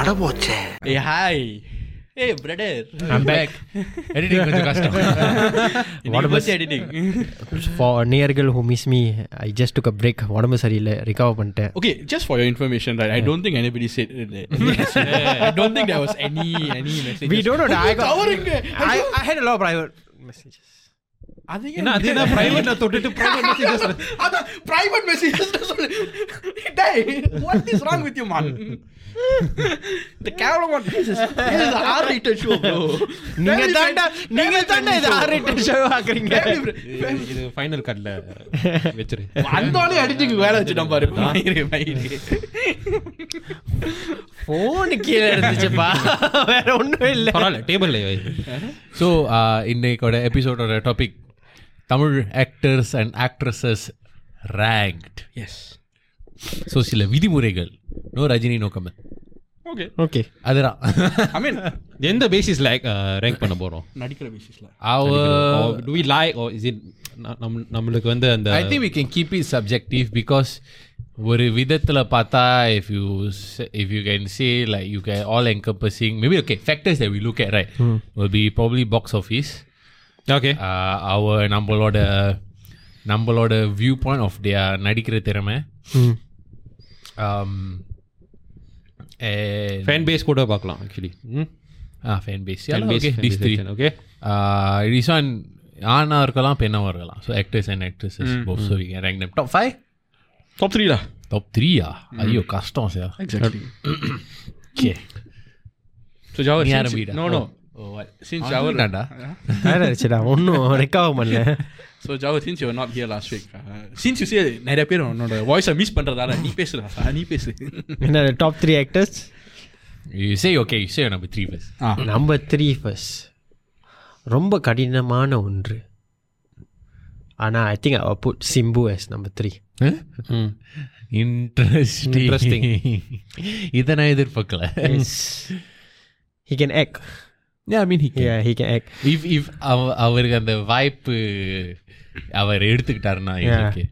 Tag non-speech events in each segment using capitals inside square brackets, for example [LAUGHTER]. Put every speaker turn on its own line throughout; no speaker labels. அடபோச்சே
ஏ ஹாய் ஏ brother
I'm back editing கொஞ்சம் கஷ்டம் [LAUGHS]
உடம்பு
உடம்பு
எடிட்டிங்
ஃபார் நியர்கள் who miss me I just took a break உடம்பு சரியில்லை ரிகவர் பண்ணிட்டேன்
[LAUGHS] Okay, just for your information, right? I don't think anybody said that. [LAUGHS] I don't think there was any any message.
We don't know. I got-
கவருங்க
I I had a lot private messages
அது
ஏன்னா அது என்ன பிரைவேட்ல தொட்டுட்டு private messages ல-
அதான் private [LAUGHS] messages சொல்லு டேய் what is wrong with you [LAUGHS] man இந்த கேவலம் what this is this is R rated show bro
நீங்க தாண்டா நீங்க தாண்டா இது ஆர் ரேட்டட் ஷோ ஆக்குறீங்க
[LAUGHS]
[LAUGHS]
இது- இது ஃபைனல் கட்ல [LAUGHS] வெச்சிரு
வந்தோடனே அடிச்சுக்கு வேலை வச்சுட்டான் [LAUGHS] பாரு மயிறு மயிறு
போன் கீழே இருந்துச்சுப்பா [LAUGHS] வேற ஒண்ணும் இல்ல
பரவாயில்ல டேபிள்ல வை ஸோ uh, இன்னைக்கோட எபிசோடோட topic Tamil actors and actresses ranked
yes
so சில விதிமுறைகள் no Rajini no Kamal
okay
okay
அதுதான்
ஐ மீன்
எந்த பேசிஸ்ல ரேங்க் பண்ண போறோம்
நடிக்கிற பேசிஸ்ல
Oh, uh, our do we lie or is it ந- நம்- நம்மளுக்கு வந்து அந்த
I think we can keep it subjective because ஒரு விதத்தில் பார்த்தா if you if you can say like you can all encompassing maybe okay factors that we look at right
Hmm.
Will be probably box office
okay
uh, அவர் நம்மளோட நம்மளோட view point of தியா நடிக்கிற திறமை
Hmm.
um,
fan base கூட பார்க்கலாம் actually
fan base
fan base
this three
okay
Uh, reason ஆணாக இருக்கலாம் பெண்ணாக இருக்கலாம் so actors and actresses both so we can rank நம் top five
top 3 lah
hmm. Top 3 ah.
Hmm.
Ayuh, kastong saya.
Exactly.
Okay.
So Jawar,
Ni
since,
Arabi dah. Oh.
no no. Since Jawar,
வேற இருந்துச்சுடா ஒன்றும் recover பண்ணல
so Jawar, since you were not here last week, uh, since you say நிறைய பேர் உன்னோட voice அ miss பண்றதால நீ [LAUGHS] பேசுடா நீ பேசு
என்ன top three actors
You say okay, you say your number 3 first.
Number three first ரொம்ப கடினமான ஒன்று ஆனால் ஐ திங்க் அவர் put Simbu as number three
Hmm.
Interesting. [LAUGHS]
Interesting.
இதை நான் எதிர்பார்க்கல
he can act
Yeah, I mean, he can.
yeah he can act
If, if அவ- அவருக்கு அந்த வாய்ப்பு அவர் எடுத்துக்கிட்டாருன்னா எனக்கு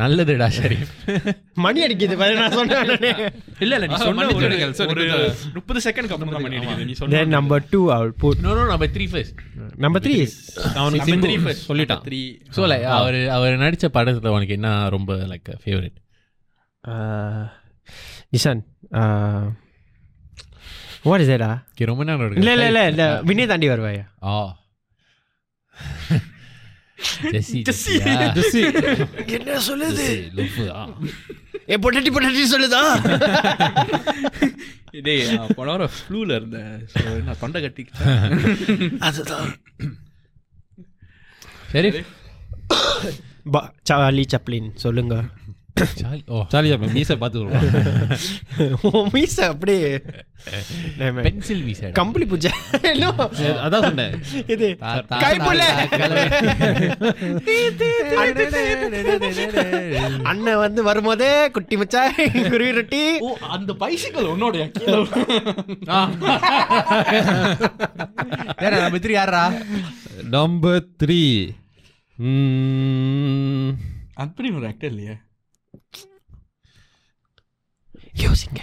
நல்லதுடா ஷரீஃப்
மணி அடிக்குது பாரு நான் சொன்னேன்
இல்ல இல்ல நீ சொன்ன
மன்னிச்சு
ஒரு-
விடுங்கள். So,
ஒரு
நீங்க-
30 செகண்ட் அப்புறம் தான் பண்ணி அடிக்குது. நீ சொன்ன
then number two I will put
no no number three first
number three is
அவனுக்கு சிம்பு
number three first.
சொல்லிட்டான்
Number three.
ஸோ லைக் அவர் அவர் நடித்த படத்தில் உனக்கு என்ன ரொம்ப like favourite
uh, Nishan uh, what is that ah
okay ரொம்ப நேரம்
இல்ல
இருக்கு
இல்ல இல்ல இல்ல வினய் தாண்டி வருவாயா
ஆ ஜெஸ்ஸி
Jessie.
ஜெஸ்ஸி ஜெஸ்ஸி
என்ன சொல்லுது
லவ்வு ஆ
ஏ பொட்டட்டி பொட்டட்டி சொல்லுதா
டேய், நான் போன வாரம் fluல இருந்தேன். So, நான் தொண்டை கட்டிக்கிட்டேன்.
அதுதான்
சரி
சார்லி சப்ளின் [LAUGHS] சொல்லுங்க
சாலி ஓ
சாலி சாப்பிடும் மீசை பார்த்து சொல்லுவான்
மீச அப்படியே
பென்சில் வீசா
கம்பளி பூஜை [LAUGHS] No.
அதான் சொன்னேன்
இது
[LAUGHS]
கைப்புல.
[LAUGHS]
அண்ணன் வந்து வரும்போதே குட்டி மச்சா குருவி ரொட்டி
ஓ, அந்த bicycle உன்னோடயா? கீழே விழு.
நம்ம திரு யாரா
நம்பர் த்ரீ
அப்படின்னு ஒரு actor இல்லையே?
யோசிங்க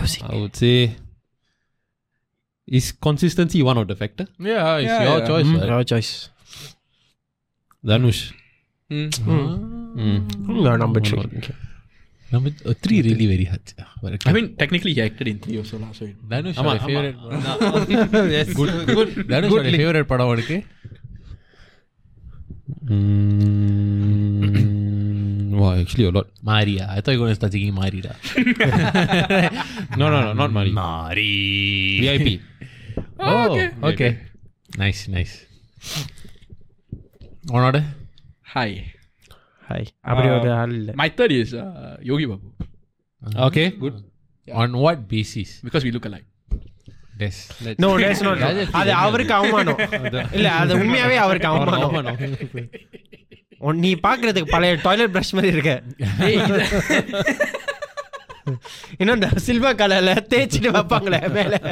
யோசிங்க
I would say is consistency one of the factor?
Yeah it's
Yeah, Mm-hmm.
Your
yeah.
Choice
choice
Dhanush.
Hmm. Mm-hmm.
Mm.
Number three
நம்ம 3 really very hard
I mean, technically he acted in three also lah, so it-
Dhanush
ஆமா,
ஆமா
ஆமா.
Favourite
[LAUGHS] yes. Good.
Dhanush favourite படம் உனக்கு
Mm, wow, actually a lot.
மாரியா I thought you gonna start thinking மாரிடா
[LAUGHS] No, no, no, not Mari.
மாரி Oh,
VIP.
Oh
Oh,
okay nice nice உன்னோட
Hi.
Hi அப்படி ஒரு ஆள் இல்லை
My third is, uh, Yogi Babu,
Okay, good.
On what basis
because we look alike.
டெஸ்
no days no அது அவருக்கு அவமானம் இல்ல அது உண்மையாவே அவருக்கு அவமானம் உன் நீ பாக்குறதுக்கு பழைய டாய்லெட் பிரஷ் மாதிரி இருக்க இன்னும் இந்த சில்வா கலர்ல தேய்ச்சிட்டு வைப்பாங்களே மேல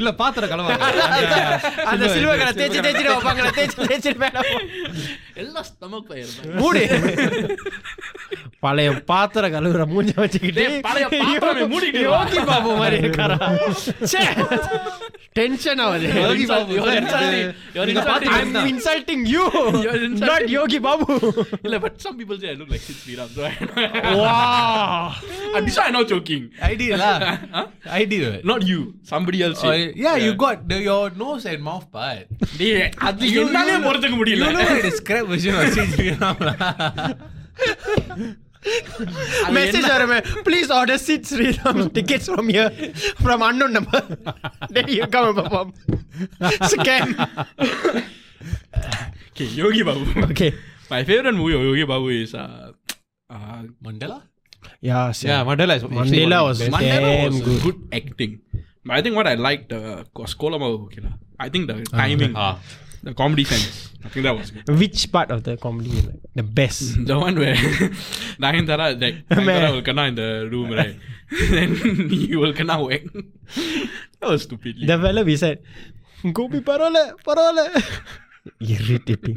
இல்ல பாத்திர
[LAUGHS]
கலவா
அந்த சிலுவை கடை தேய்ச்சி தேய்ச்சிட்டு வைப்பாங்களே தேய்ச்சி தேய்ச்சிட்டு மேல
எல்லாம் ஸ்டமக் ஃபயர்
மூடி பழைய பாத்திரம் கழுவுற மூஞ்ச வச்சுக்கிட்டு
டேய், பழைய பாத்திரமே மூடிட்டு வா.
யோகி பாபு மாதிரி இருக்காரா டென்ஷன் ஆகுது
Yogi Babu. You're insulting- you're
நீங்க
insulting
பாத்திரம்
him.
I'm insulting you
You're insulting-
not Yogi Babu
இல்ல but some people say I look like Sid Sriram, so I-
wow
[LAUGHS] I'm sure I'm not joking.
I did lah. I did. right?
Not you, somebody else.
Or-
said.
Oh, yeah, you got the, your nose and mouth
[LAUGHS]
part.
டேய், அது
You-
என்னாலே
you-
பொறுத்துக்க
You
முடியல
know like the scrap version of Sid Sriram
[LAUGHS]
lah.
Message வருமே please order seat Sriram tickets from here from unknown number then you come perform scan
Okay, Yogi Babu
okay
My favorite movie of Yogi Babu is uh, uh,
Mandela?
Yeah
Yeah, Mandela is
Mandela was
Mandela
damn
was
good.
good. good acting. But I think what I liked uh, was Kolama okay lah. I think the timing,
Ah.
the comedy sense. I think that was good. [LAUGHS]
Which part of the comedy you like? The best.
The one where [LAUGHS] Nayantara,
[LAUGHS]
like, Nayantara will kena in the room, right? [LAUGHS] then you will kena whack. [LAUGHS] that was stupid.
The fella we said, Gopi parola, parola. [LAUGHS] Irritating.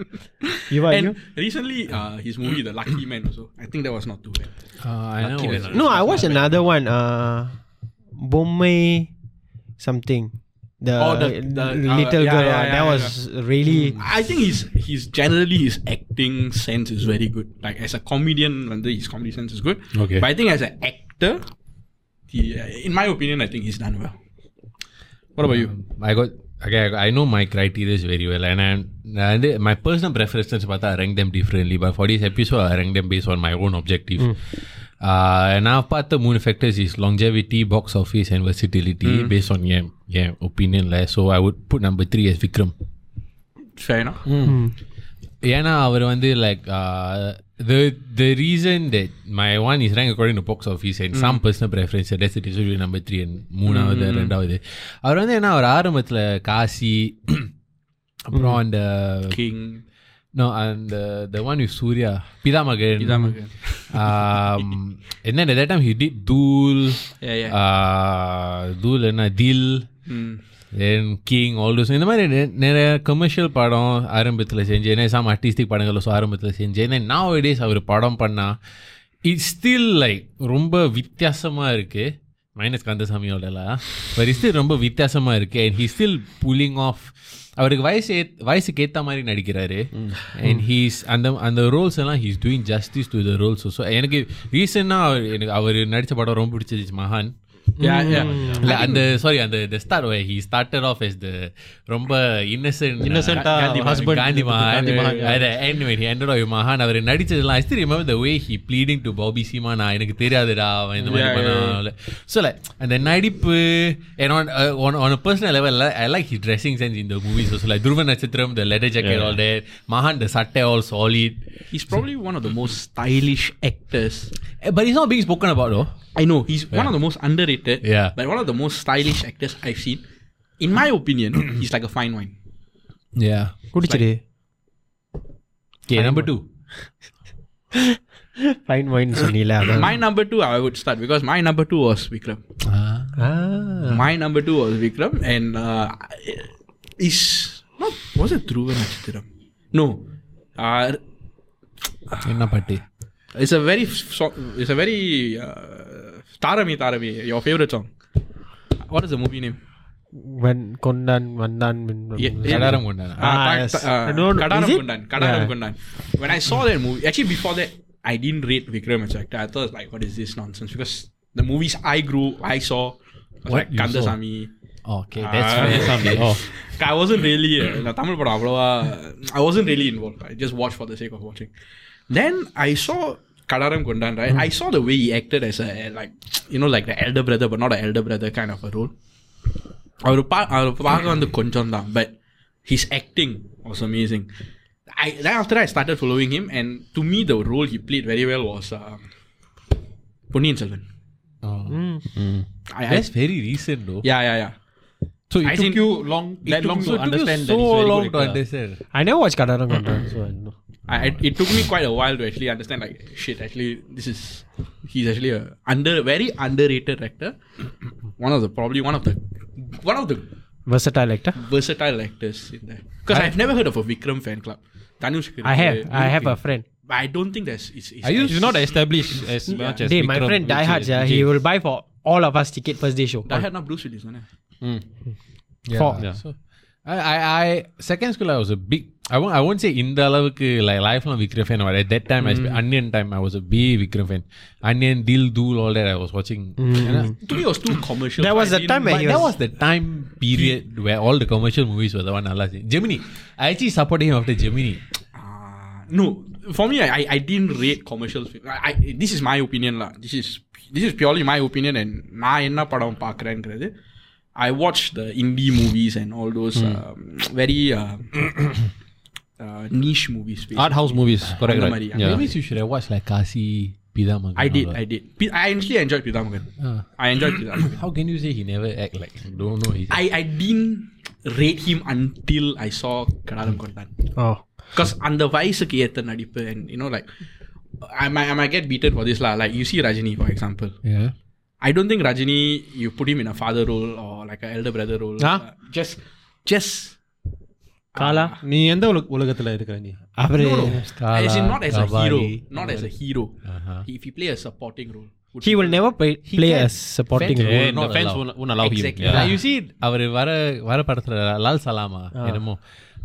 You are
and
you?
recently, uh, his movie The Lucky Man also. I think that was not too bad.
Uh, I know.
No, I watched another one. Uh, Bombay something. The,
Oh, the- the-
little
uh, yeah, yeah,
girl. uh,
yeah,
that
yeah.
was really.
I think he's he's generally his acting sense is very good. Like as a comedian, வந்து his comedy sense is good.
Okay.
But I think as an actor, he, uh, in my opinion, I think he's done well. What about you?
Um, I got okay. I- I know my criteria is very well, and I'm and they- my personal preferences. But I rank them differently. But for this episode, I rank them based on my own objective.
Hmm.
Uh, and I've part the moon factors is longevity, box office, and versatility
Hmm.
based on yeah, yeah opinion. lah. So I would put number three as Vikram.
Fair enough.
ஏன்னா அவர் வந்து uh, like the the reason that my one is rank according to box office and some personal preference டெசிட்டி சொல்லி number three and மூணாவது ரெண்டாவது அவர் வந்து ஏன்னா அவர் ஆரம்பத்தில் காசி அப்புறம் அந்த
King.
நோ அந்த the one with Surya Pithamagan Um,
Pidamagan.
என்ன that time he did Dhool
Yeah, yeah.
Dhool uh, என்ன Dhill
Mm.
Then King all those இந்த மாதிரி நெ- நிறைய கமர்ஷியல் படம் ஆரம்பத்தில் செஞ்சேன் சம் ஆர்டிஸ்டிக் படங்கள் ஸோ ஆரம்பத்தில் செஞ்சேன் நான் டேஸ் அவர் படம் பண்ணா இட்ஸ் ஸ்டில் லைக் ரொம்ப வித்தியாசமாக இருக்குது மைனஸ் கந்தசாமியோடலாம் பட் இஸ் ரொம்ப வித்தியாசமாக இருக்குது and he still pulling off அவருக்கு வயசு ஏத் வயசுக்கு ஏற்ற மாதிரி நடிக்கிறாரு அண்ட் ஹீஸ் அந்த அந்த ரோல்ஸ் எல்லாம் he's doing justice to the roles so எனக்கு ரீசெண்டாக அவர் எனக்கு அவர் நடித்த படம் ரொம்ப பிடிச்சிருச்சு மகான்
Yeah, yeah.
இல்ல அந்த சாரி அந்த the star way he started off is the ரொம்ப innocent
Innocent a husband.
Gandhi
Gandhi மகான்.
மகான் மகான் அவர் நடிச்சதுலாம் ஐஸ்திரி remember the way he bleeding to Bobby Simha நான் எனக்கு தெரியாதுடா அவன் இந்த மாதிரி
Yeah, yeah,
பண்ணான் ஸோ லைக் அந்த நடிப்பு and on uh, on on a personal level like, I like his dressing sense in the movies also like துருவ நட்சத்திரம் the leather jacket all that மகான் the சட்டை all solid
He's probably one of the most stylish actors.
Eh, but he's not being spoken about though
I know he's one of the most underrated.
Yeah.
But one of the most stylish actors I've seen. In my opinion, [CLEARS THROAT] he's like a fine wine.
yeah
குடிச்சிடு
okay number two
fine wine சொன்னீல அதான்
My number two, I would start because my number two was Vikram.
Ah.
My number two was Vikram, and uh, is not was it Dhruva Nachidaram? No, uh,
என்ன பாட்டு
it's a very f- so, it's a very uh, Tarami Tarami, your favorite song. What is the movie name?
வென் கொண்டான் வந்தான்
Yeah, yeah.
Kadaram கொண்டானா
Uh,
Ah,
Ta-
yes.
Ta- uh,
I don't know.
Kadaram
Is it?
Kundan. Kadaram
Yeah.
Kundan. When I saw that movie, actually before that, I didn't rate Vikram as an actor. I thought like, what is this nonsense? Because the movies I grew, I saw, was
What
like
you saw?
Kandasamy.
Okay, that's
Ah. [LAUGHS]
fair. Oh.
I wasn't really uh, நான் தமிழ் படம் அவ்வளோவா I wasn't really involved. I just watched for the sake of watching. Then I saw Kadaram Kundan, right? I saw the way he acted as a like you know like the elder brother but not an elder brother kind of a role. அவர் பா அவர் பார்க்க வந்து கொஞ்சம் தான் but his acting was amazing I then after that I started following him and to me the role he played very well was uh, Ponniyin Selvan
Mm.
I, I,
Oh. That's very recent though.
yeah yeah yeah
So it
I
took
think-
you long,
It
that
took
long
me-
to
so it took
understand
you so
that it's very
long
good
to
actor. understand.
I never watch Kadaram Kondan so I know
I, I- it took me quite a while to actually understand. Like shit, actually, this is he's actually a under very underrated actor. One of the probably one of the one of the
versatile actor.
versatile actors in there. Because I've never heard of a Vikram fan club. Danush
I have, I have a friend.
But I don't think that's. It's, it's
Are you Mm.
He's not established as much as
Dey, my
Vikram,
friend Die
which
Hard,
is-
yeah,
which
he
is-
will buy for all of us ticket first day show.
I had not Bruce Willis, no?
Yeah.
For-
So, I, I, I, second school, I was a big, I won't, I won't say in the அளவுக்கு, like lifelong Vikram fan, but at that time, I spe- Onion time, I was a big Vikram fan. Onion, Dil, Dool, all that, I was watching. And I-
To me, it was too commercial.
There was
I
a time
didn't-
when
but
he
that
was.
was the time period where all the commercial movies were the one I liked. Gemini. I actually supported him after Gemini.
Ah, no, for me, I, I- I didn't rate commercial films. I, I, this is my opinion, lah. This is this is purely my opinion, and நான் என்ன படம் பார்க்குறேங்கிறது I watch the indie movies and all those
Hmm.
um, very uh, [COUGHS] uh, niche movies. basically.
Art house movies, correct,
அந்த
right?
மாதிரி, yeah.
Yeah.
Maybe you should have watched like Kasi, Pidamagan.
I did, I did. P- I actually enjoyed Pidamagan.
Ah.
I enjoyed
[COUGHS]
Pidamagan.
How can you say he never act like, don't know. He,
I, I didn't rate him until I saw Kadaram Kondan.
Oh,
Because அந்த வயசுக்கு ஏத்த நடிப்பு and you know like I might, I might get beaten for this lah. Like you see Rajini for example.
yeah.
I don't think Rajini you put him in a father role or like an elder brother role.
Huh?
Uh, just just
Kala.
நீ எந்த உலக- உலகத்துல இருக்கிற நீ
அவரு Ah,
Kala,
as in not as a
Kavali.
hero. Not as a hero. If you play a supporting role. would
Uh-huh. he
be-
will never play, play
can.
a supporting
Fans
role.
Yeah,
not
the fans
allowed.
won't won't allow him.
Exactly.
Yeah.
Yeah, you see அவர் வர வர படத்துல லால் சலாமா என்னமோ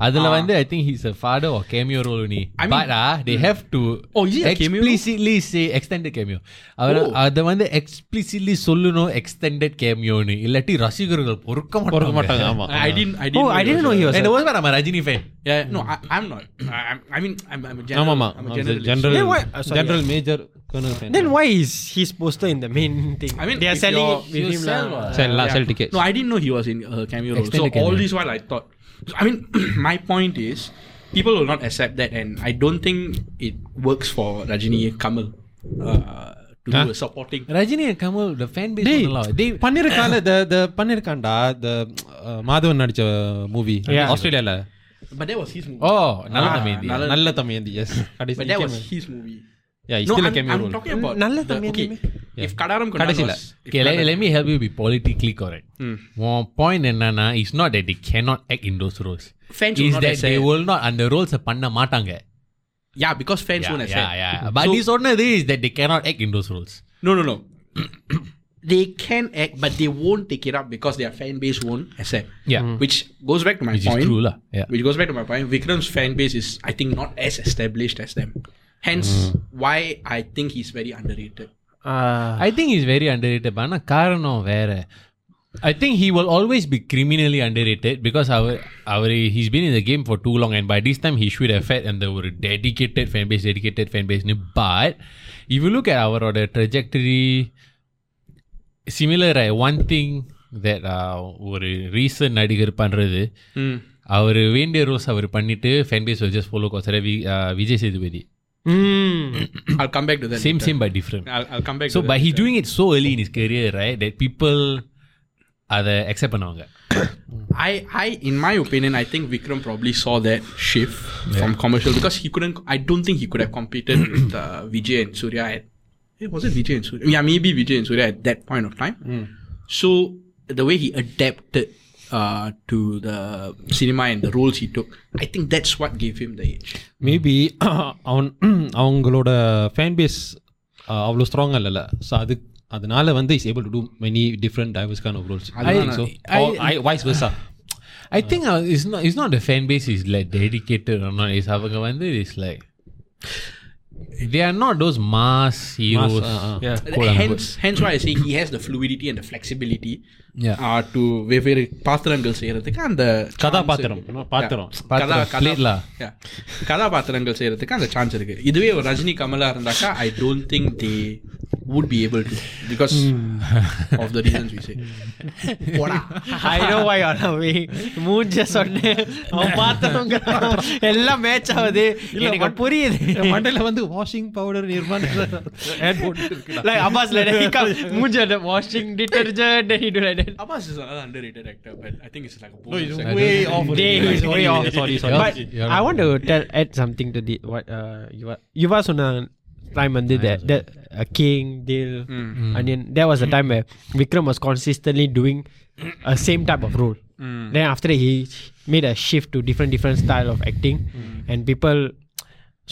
அதுல வந்து I think he's a father or cameo role நீ ah,
I mean-
but they have to
Oh, is it a cameo role?
Explicitly say extended cameo அவர்
Oh.
அத வந்து எக்ஸ்பிளிசிட்லி சொல்லணும் எக்ஸ்டெண்டட் கேமியோன்னு இல்லாட்டி ரசிகர்கள் பொறுக்க
பொறுக்க
மாட்டாங்க
மாட்டாங்க ஆமா
I, I didn't I didn't
Oh, I
he was
didn't know
a-
he was.
And the worst part, I'm a Rajini fan
Yeah, no, I, I'm not. I, I'm- I mean, I'm, I'm a general.
ஆமாமா
I'm a generalist.
General
Then why- uh, sorry.
General major colonel fan
Then why is his poster in the main thing?
I mean,
they are
if
selling
you're-
it with
you
him
sell
lah.
what?
sell lah,
Yeah.
sell tickets
No, I didn't know he was in a cameo role. So
Extended cameo.
all this while I thought. I mean, [CLEARS THROAT] my point is, people will not accept that, and I don't think it works for Rajini Kamal uh, to do a supporting.
Rajini and Kamal the fan base
டேய்
won't allow it. they
பண்ணிருக்கான்ல the the பண்ணிருக்கான்டா the uh, Madhavan நடிச்ச movie
Yeah.
ஆஸ்திரேலியால
But that was his movie.
oh நல்ல
Ah,
தம்பி
நல்ல-
நல்ல தமையந்தி எஸ் கடைசி
but that was his movie.
yeah he
No,
still a
I'm,
cameo
I'm
role
talking about
நல்ல
the,
தம்பி
okay. If Kadaram Kondan
கடைசில.
was, if
Okay, let,
Kadaram- Hmm.
let me help you be politically correct. One point என்னன்னா it's not that they cannot act in those roles.
Fans will
is
not
that
accept.
they will not அந்த roles பண்ண மாட்டாங்க.
yeah, because fans
Yeah,
won't
yeah,
accept.
yeah. But
So-
this சொன்னது is that they cannot act in those roles.
No, [CLEARS THROAT] no, no. they can act, but they won't take it up because their fan base won't accept.
Yeah. Mm.
Which goes back to my
Which is
point.
true lah. Yeah.
Which goes back to my point. Vikram's fan base is, I think, not as established as them. Hence,
Hmm.
why I think he's very underrated.
Ah.
I think he's very underrated. but ஆனா காரணம் வேற. I think he will always be criminally underrated because our our he's been in the game for too long and by this time he should have fed and there were a dedicated fan base, dedicated fan base. But if you look at our order trajectory, similar right one thing that uh, ஒரு reason நடிகர் பண்றது Hmm. அவர் வேண்டிய roles அவர் பண்ணிட்டு fan base just follow கோசர uh, Vijay Sethupathi
Mm.
I'll come back to that.
Same
later.
Same but different
I'll, I'll come back
So,
to
but
that.
he doing it so early in his career, right? That people அதை accept பண்ணுவாங்க
I, I, in my opinion, I think Vikram probably saw that shift from commercial because he couldn't. I don't think he could have competed with uh, Vijay and Surya. At, eh, was it Vijay and Surya? Yeah, maybe Vijay and Surya at that point of time. So the way he adapted uh, to the cinema and the roles he took, I think that's what gave him the edge.
Maybe [CLEARS THROAT] அவன் அவங்களோட uh, fan base அவ்வளோ strong இல்லைல்ல so அது அதனால வந்து is able to do many different டைவர்ஸ்கான of roles
I-
so
I-
I voice பெஸ்ஸா
I think uh, it's not it's not the fan base is like dedicated or not. It's அவங்க வந்து it's like they are not those mass heroes.
uh, uh.
yeah.
Hence, hence why I say he has the fluidity and the flexibility
Yeah.
uh, to வெவ்வேறு பாத்திரங்கள் செய்யறதுக்கு அந்த
கதாபாத்திரம்,
chance இருக்கு.
பாத்திரம்.
Yeah.
பாத்திரம்,
கதா-
plate
கதா-
lah.
yeah. கதாபாத்திரங்கள் செய்யறதுக்கு அந்த சான்ஸ் இருக்கு இதுவே ஒரு ரஜினி கமலா இருந்தாக்கா I don't think they would be able to because of the reasons we say
I know why you're away. மூஞ்ச சொன்னேன். அவன் பார்த்தவங்க எல்லாம் match ஆகுது. எனக்கு புரியுது.
மண்டையில் வந்து வாஷிங் பவுடர் நிர்மாணம் ஆட் போட்டு இருக்குடா
Like Abbas like that, he come, மூஞ்ச அந்த washing detergent, then he do like that.
Abbas is another underrated actor but I think it's like a
No, it's
bonus actor.
way off.
Dey, he's way off.
Sorry, sorry.
But
Yeah.
I want to tell add something to the what uh Yuva Yuva சொன்ன time வந்து that that uh, King Dil Onion there was a time where Vikram was consistently doing a uh, same type of role. Then after that, he made a shift to different different style of acting, and people,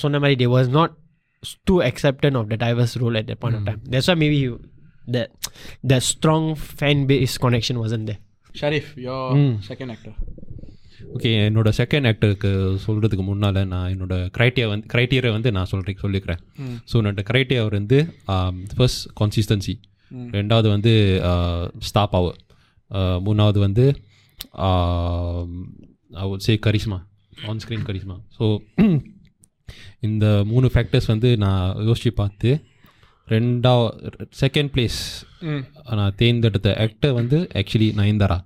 சொன்ன மாதிரி they was not s- too acceptant of the diverse role at that point of time. That's why maybe he, that that strong fan base connection wasn't there.
ஷரீஃப் your second actor
okay என்னோட second ஆக்டருக்கு சொல்கிறதுக்கு முன்னால் நான் என்னோட criteria வந்து criteria வந்து நான் சொல்கிறேன் சொல்லிக்கிறேன் ஸோ என்னோட க்ரைட்டீரியா வந்து ஃபர்ஸ்ட் கன்சிஸ்டன்சி ரெண்டாவது வந்து uh, ஸ்டா பவர் Uh, மூணாவது வந்து uh, அவர் say charisma on screen charisma so [CLEARS THROAT] இந்த மூணு ஃபேக்டர்ஸ் வந்து நான் யோசித்து பார்த்து ரெண்டா செகண்ட் பிளேஸ் நான் தேர்ந்தெடுத்த ஆக்டர் வந்து ஆக்சுவலி நயன்தாரா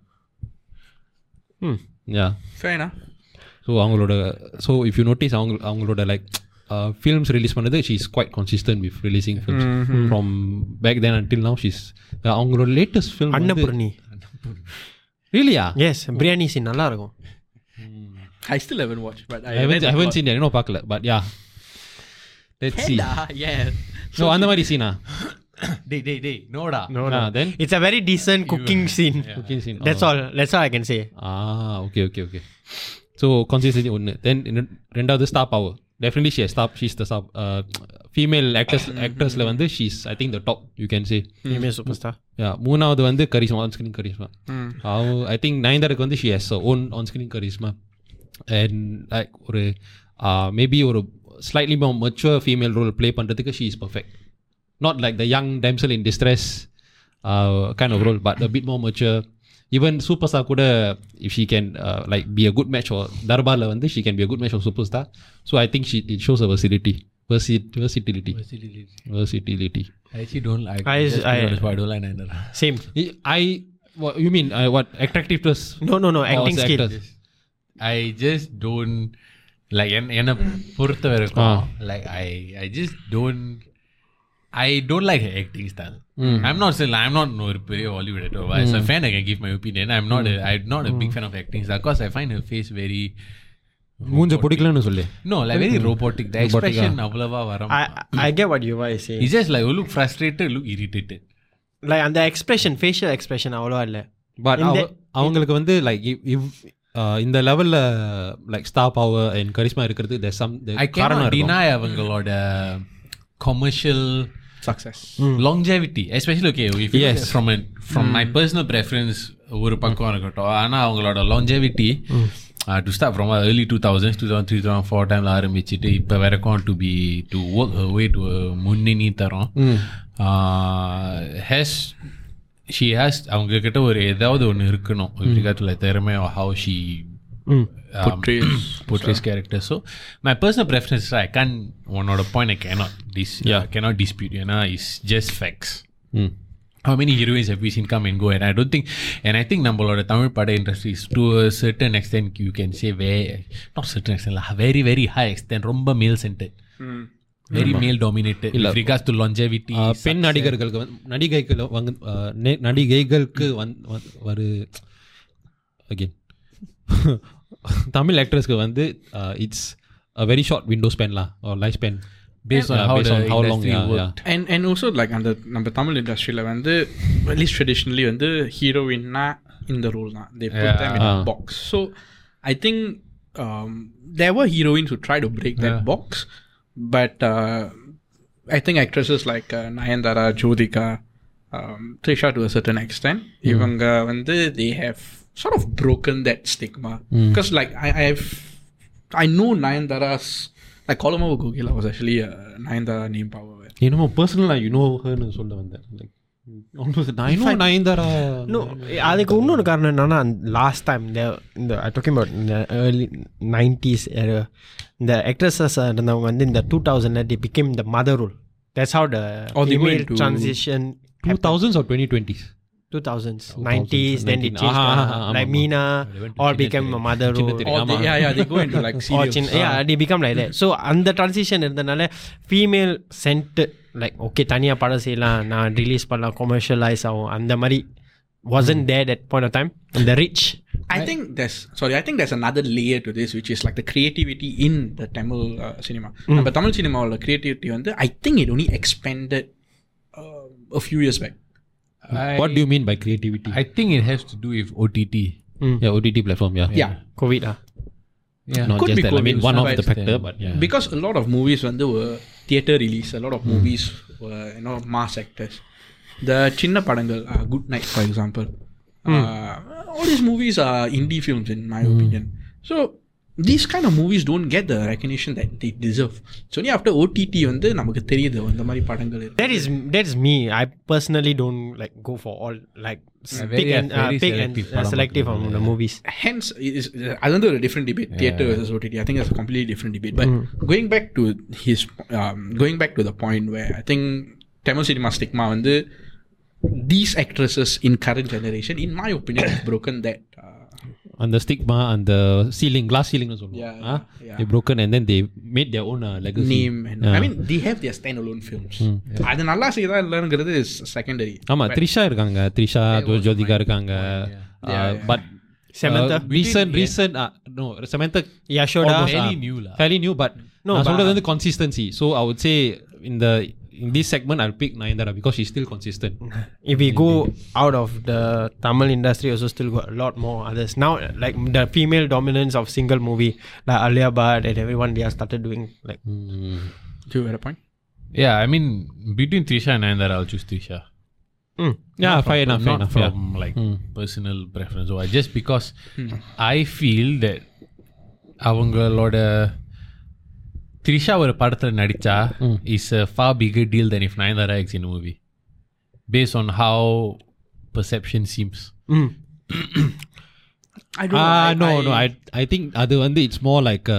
யா
ஃபேனா
ஸோ அவங்களோட ஸோ இஃப் யூ நோட்டீஸ் அவங்க அவங்களோட லைக் ஃபிலிம்ஸ் ரிலீஸ் பண்ணது she is quite consistent with releasing films from back then until now she's uh, அவங்களோட லேட்டஸ்ட் ஃபிலிம்
அன்னபூர்ணி
ரியலியா
எஸ் பிரியாணி சீன் நல்லா இருக்கும்
I still haven't watch but I
haven't haven't seen இன்னும் பார்க்கல பட் யா லெட் சி ஸோ அந்த மாதிரி சீனா
Day, day, day. Noda.
Ah,
then
it's a very decent cooking scene
cooking scene
that's all let's all I can say
ah okay okay okay so consistency ஒன்று then ரெண்டாவது top ஆகும் definitely she top she's the top female actors ஆக்டர்ஸில் வந்து she's I think the top you can say
Hmm.
இமே super star
yeah மூணாவது வந்து charisma on screen charisma அவ I think நயன்தாருக்கு வந்து she has own on screen charisma and like ஒரு maybe ஒரு slightly mature female role play பண்ணுறதுக்கு she is perfect not like the young damsel in distress kind of role but bit more mature even super star கூட if she can like be a good match of தர்பாரில் வந்து she can be a good match of super star so I think she it shows a versatility வெர்சி versatility versatility
I actually don't like.
I-
just to be
I-
honest, I don't like Nayanthara.
Same
I what you mean I, what attractiveness
no no no
Oh,
acting
as
skill
actors?
I just don't like. en- என்னை பொறுத்த வரைக்கும் like I I just don't. I don't like her acting style. I'm not saying like, I'm not no பெரிய Hollywood actor. But As a fan, I can give my opinion. I'm not a, I'm not a big fan of acting style because I find her face very
மூஞ்ச பிடிக்கலன்னு சொல்லு
no like very robotic. The expression அவ்வளவா வர
I I get what you I say
It's just like you look frustrated, look irritated.
Like அந்த expression facial expression அவ்வளோவா இல்லை
but
இந்த-
அவங்களுக்கு வந்து லைக் இவ் uh, இந்த லெவலில் like star power and charisma இருக்கிறது there's some- there-
I
காரணம்
cannot
இருக்கும்.
deny அவங்களோட commercial
success
longevity, especially okay, if you Hmm. yes.
Yes.
Hmm. from a, from my personal preference ஒரு பக்கம் இருக்கட்டும் ஆனா அவங்களோட longevity uh, to start from early 2000s 2003 2004 டைம்ல ஆரம்பிச்சுட்டு இப்ப வரைக்கும் to be to work her way to a முன்னணி தரம் uh, has she has அவங்க கிட்ட ஒரு ஏதாவது ஒன்னு இருக்கணும் with regard to like திறமை or how she um, portrays character. So my personal preference is I can't one out of point I cannot dis- yeah. cannot dispute. You know, it's just facts.
ம்.
How many heroines have we seen come and go? And I don't think, and I think Nambola, the Tamil Pada industry is to a certain extent, you can say, very, not certain extent, lah, very, very high extent, Romba male centered. Very male dominated with regards to longevity.
ஆ, பெண்
success.
நடிகர்களுக்கு வந்து நடிகைகள் வந்து ஆ, நே- uh, நடிகைகளுக்கு வந் வந்- ஒரு again [LAUGHS] Tamil ஆக்ட்ரஸ்க்கு வந்து uh, it's very short window ஸ்பென்லாம் life span
Based on
Uh,
how the industry worked.
And and also like அந்த நம்ம தமிழ் இண்டஸ்ட்ரியில் வந்து அட்லீஸ்ட் ட்ரெடிஷ்னலி வந்து ஹீரோயின்னா இந்த ரோல் தான் they put them in box so I think um, there were heroines who try to break that box but I think actresses like Nayanthara Jyothika um, Trisha to a certain extent இவங்க வந்து they have sort of broken that stigma because like I I have I know Nayandara's like Koloma Gogila was actually a Nayandara name power
என்னமோ பர்சனலாக you know ஹர்னு சொல்ல வந்தேன் like almost நான் இன்னும் Nayanthara
no அதுக்கு இன்னொரு காரணம் என்னன்னா லாஸ்ட் டைம் இந்த இந்த டோக்கிங் அபவுட் இந்த ஏர்லி நைன்டிஸ் இந்த ஆக்ட்ரஸஸ் இருந்தவங்க வந்து இந்த two thousand the became the mother role that's how the
Oh, they
email
went to-
transition
two thousands or twenty twenties
two thousands
Oh,
nineties then it
1990s.
Change
Ah, ah,
[LAUGHS]
ah,
like
ஆமா,
Meena all become mother role
oh,
சின்னத்திரை.
Or they,
ஆமா.
yeah, yeah, they go into like
[LAUGHS] or
serials.
chin,
Ah.
yeah, they become like that. So அந்த transition இருந்தனால female cent like okay தனியாக படம் செய்யலாம் நான் release பண்ணலாம் கொமர்ஷியலைஸ் ஆகும் அந்த மாதிரி wasn't
Hmm.
there at point of time the rich
I think there's sorry, I think there's another layer to this, which is like the creativity in the Tamil uh, cinema.
Hmm.
But Tamil cinema, the creativity, on the, I think it only expanded uh, a few years back.
I,
what do mean by creativity
I think it has to do with OTT.
Mm.
Yeah, OTT platform. Yeah.
Yeah.
COVID ah.
Yeah.
Not
Could
just
be
that. I mean,
COVID,
one of
but-
the factor, but yeah.
Because a lot of movies when they were theater release, a lot of movies were you know mass actors. The Chinna Padangal, uh, Good Night, for example. Uh, all these movies are indie films, in my opinion. So these kind of movies don't get the recognition that they deserve. So only after OTT வந்து நமக்கு தெரியுது இந்த மாதிரி படங்கள் இருக்கு.
That is that is me. I personally don't like go for all like
Yeah,
pick
very-
and uh,
very
pick and
selective
uh,
படம்
selective on
பார்க்கறது.
the movies.
hence it is அது வந்து ஒரு different debate theater versus OTT I think that's a completely different debate but
Mm.
going back to his um, going back to the point where I think Tamil cinema stigma வந்து these actresses in current generation in my opinion has broken that uh,
அந்த stigma அந்த ceiling glass சீலிங்னு
Yeah,
சொல்லுவாங்க
yeah.
They Ah, broken and then they made their own uh, legacy
name and
Yeah. Mm.
I mean they have their standalone films அது நல்லா செய்யறதா இல்லைங்கிறது is secondary
ஆமா த்ரிஷா இருக்காங்க த்ரிஷா ஜோ- ஜோதிகா இருக்காங்க Uh, but
Uh,
Samantha?
Reason reason no Samantha
Yeah, sure. da.
fairly
new lah.
fairly new but
No,
நான்
but-
சொல்றது வந்து consistency so i would say in the in this segment i'll pick Nayandara because she's still consistent
If we go out of the Tamil industry, also still got a lot more others. Now, like the female dominance of single movie, like Alia Bhatt and everyone, they have started doing like
Hmm.
do you have a point
Yeah, I mean, between Trisha and Nayandara, I'll choose Trisha.
mm,
yeah fair enough fair
Not
enough yeah. Hmm.
from like personal preference or just because I feel that அவங்களோட த்ரிஷா ஒரு படத்துல நடிச்சா
Hmm.
Is a far bigger deal than if Nayandara acts in a movie based on how perception seems
mm.
I
Ah, no, no. I I think அது வந்து it's more like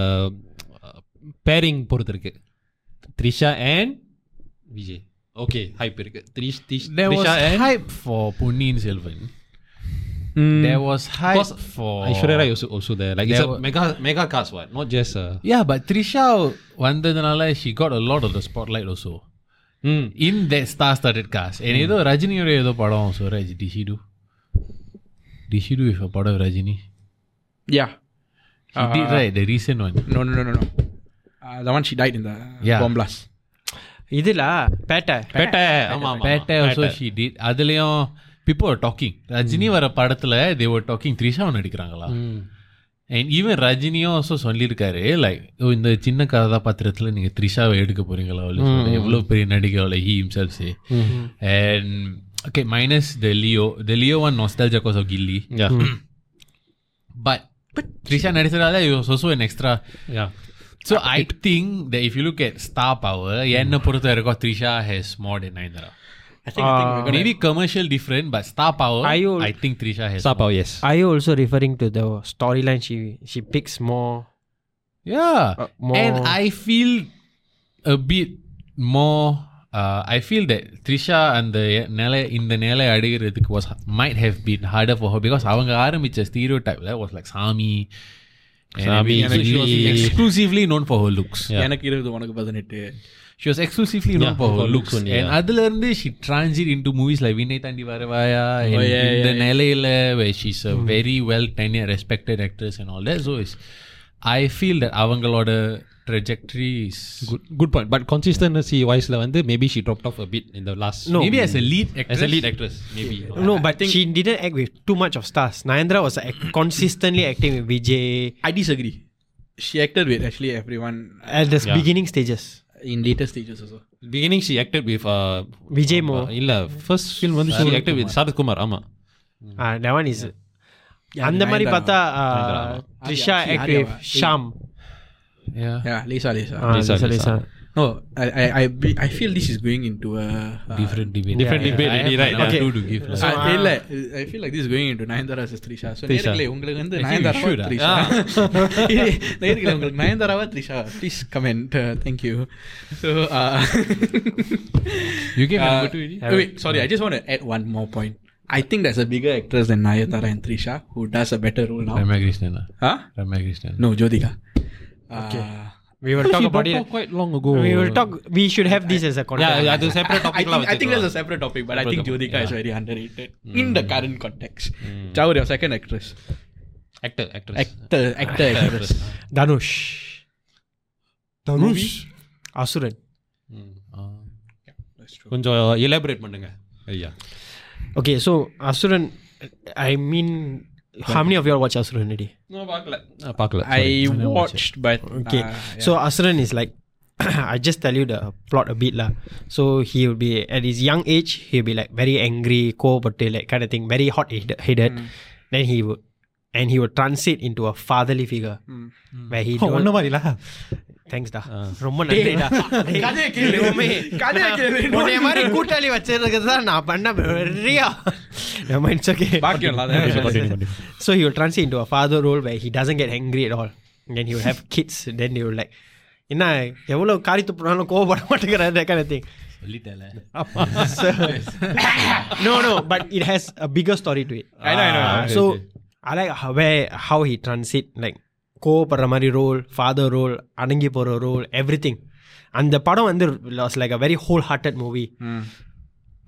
pairing பொறுத்து இருக்கு Trisha and Vijay okay hype இருக்கு Trish Trish
there was
Trisha and
hype for Hmm. Ponniyin Selvan there was hype for
Aishwarya Rai Oh. also also there like it's
There
a
were-
mega mega cast what not just uh,
yeah but Trisha வந்ததுனால she got a lot of the spotlight also
mm.
in that star started cast
Hmm.
and ஏதோ ரஜினியோட ஏதோ படம் also right did she do did she do with a படம் Rajini
yeah
he did right the recent one
no no no no no uh, the one she died in the
Yeah.
bomb blast
இதுல பேட்டை
பேட்டை ஆமா ஆமா
பேட்டை also she did அதுலயும் people were talking Rajini
Hmm.
வர படத்துல they were talking த்ரிஷாவை நடிக்கிறாங்களா and even ரஜினியும் also சொல்லியிருக்காரு லைக் இந்த சின்ன கதாபாத்திரத்தில் நீங்கள் த்ரிஷாவை எடுக்க போறீங்களா அப்படின்னு சொல்லி எவ்வளோ பெரிய நடிகை அவளை he himself and okay minus the Leo the Leo one nostalgia goes of Ghilli
yeah
Hmm. But Trisha நடிச்சதால is also an extra
yeah
so I think the if you look at star power என்னை பொறுத்த வரைக்கும் Trisha has more then Nayanthara
I think, I think we're gonna
maybe commercial different but star power
Are you-
I think Trisha has
stop out yes
Are you Um, also referring to the storyline? She she picks more.
Yeah.
Uh, more-
And I feel a bit more. Uh, I feel that Trisha and the Nele in the Nele Adigaradhik was might have been harder for her because அவங்க ஆரம்பிச்ச stereotype that was like Sami. and
Sami,
everything. So she was
Gilli.
exclusively known for her looks.
Yeah.
எனக்கு இருபது உனக்கு பதினெட்டு
She was exclusively known
Yeah,
for her
for
looks.
looks only,
And
yeah.
அதுல இருந்து she transit into movies like Vinay Tandi Varavaya and
Oh, yeah,
in
yeah,
the
yeah.
Nelaila where she's a very well tenured, respected actress and all that. So it's, I feel that அவங்களோட trajectory is
good good point but consistency wise ல வந்து maybe she dropped off a bit in the last
No.
maybe as a lead actress.
as a lead actress maybe
No, but she didn't act with too much of stars. Nayandra was act- consistently acting with Vijay
I disagree. She acted with actually everyone uh,
at the
Yeah.
beginning stages.
in later stages also.
beginning she acted with uh,
Vijay Mo.
uh, இல்ல first film வந்து she acted with Sarath Kumar ஆமா
Ah, that one is. அந்த
Nayandara.
மாதிரி பார்த்தா
Nayandara.
Trisha
Arya,
act
Arya,
with
Arya.
Shaam
Yeah.
Yeah, Lisa, Lisa.
Ah,
Lisa,
Lisa,
Lisa.
Lisa.
no, I, I, I, be, I feel this is going into a uh,
Different debate.
Different
Yeah,
debate
I
already,
have
right?
another
Okay. uh,
two to give. lah.
I,
uh,
I, like, I feel like this is going into Nayandara versus Trisha. So
Trisha.
நேயர்களே, உங்களுக்கு வந்து
Actually,
Nayandara
we should, ah.
Trisha. [LAUGHS] இது- நேயர்களே, உங்களுக்கு Nayandara Trisha. Please comment. Uh, thank you. So, uh,
You gave
uh,
number two already?
wait, sorry. I just want to add one more point. I think there's a bigger actress than Nayandara and Trisha who does a better role now.
Ramya Krishnan. ah.
Huh?
Ramya Krishnan.
No, Uh, Jodhika. Okay.
We will talk
She
about
dropped
it.
off quite long ago
We will talk. We should have this as a
yeah
content.
அது separate
I
டாபிக்ல
think, I think that's a separate topic, Hmm. but I think Jodhika is very underrated in the current context. Mm. your second actress.
actor actress
[LAUGHS] Actor, actor, actress.
Danush.
Movie?
Asuran.
கொஞ்சம் elaborate பண்ணுங்க ஐயா
Okay, so Asuran, I mean, how many of you all watch Asuran already?
நான் பார்க்கல
I watched, but
Okay.
uh, yeah.
So Asuran is like [COUGHS] I just tell you the plot a bit lah. So he will be at his young age, he'll be like very angry, co-operative like kind of thing, very hot headed. Then he would and he would transit into a fatherly figure Hmm. where he don't-
ஒன்ன மாதிரில
thanks டா ரொம்ப நன்றிடா
[LAUGHS] கதையை கேளு.
உன்னைய மாதிரி கூட்டாளி வச்சிருக்கிறது தான் நான் பண்ண பெரிய நம்ம இட்ஸ் ஓகே
பாக்கியம் இல்லாத
So he will transit into a father role where he doesn't get angry at all. And then he will have [LAUGHS] kids. Then they will like, என்ன எவ்வளோ காரி துப்புனாலும் கோவப்பட மாட்டேங்கிறாரு that kind of thing. So, [LAUGHS] no, no, but it has a bigger story to it.
I know, I know.
Ah, so I like how, where, how he transit, like கோவப்படுற மாதிரி role father role அடங்கி போகிற role everything அந்த படம் வந்து was like a very whole hearted movie
Hmm.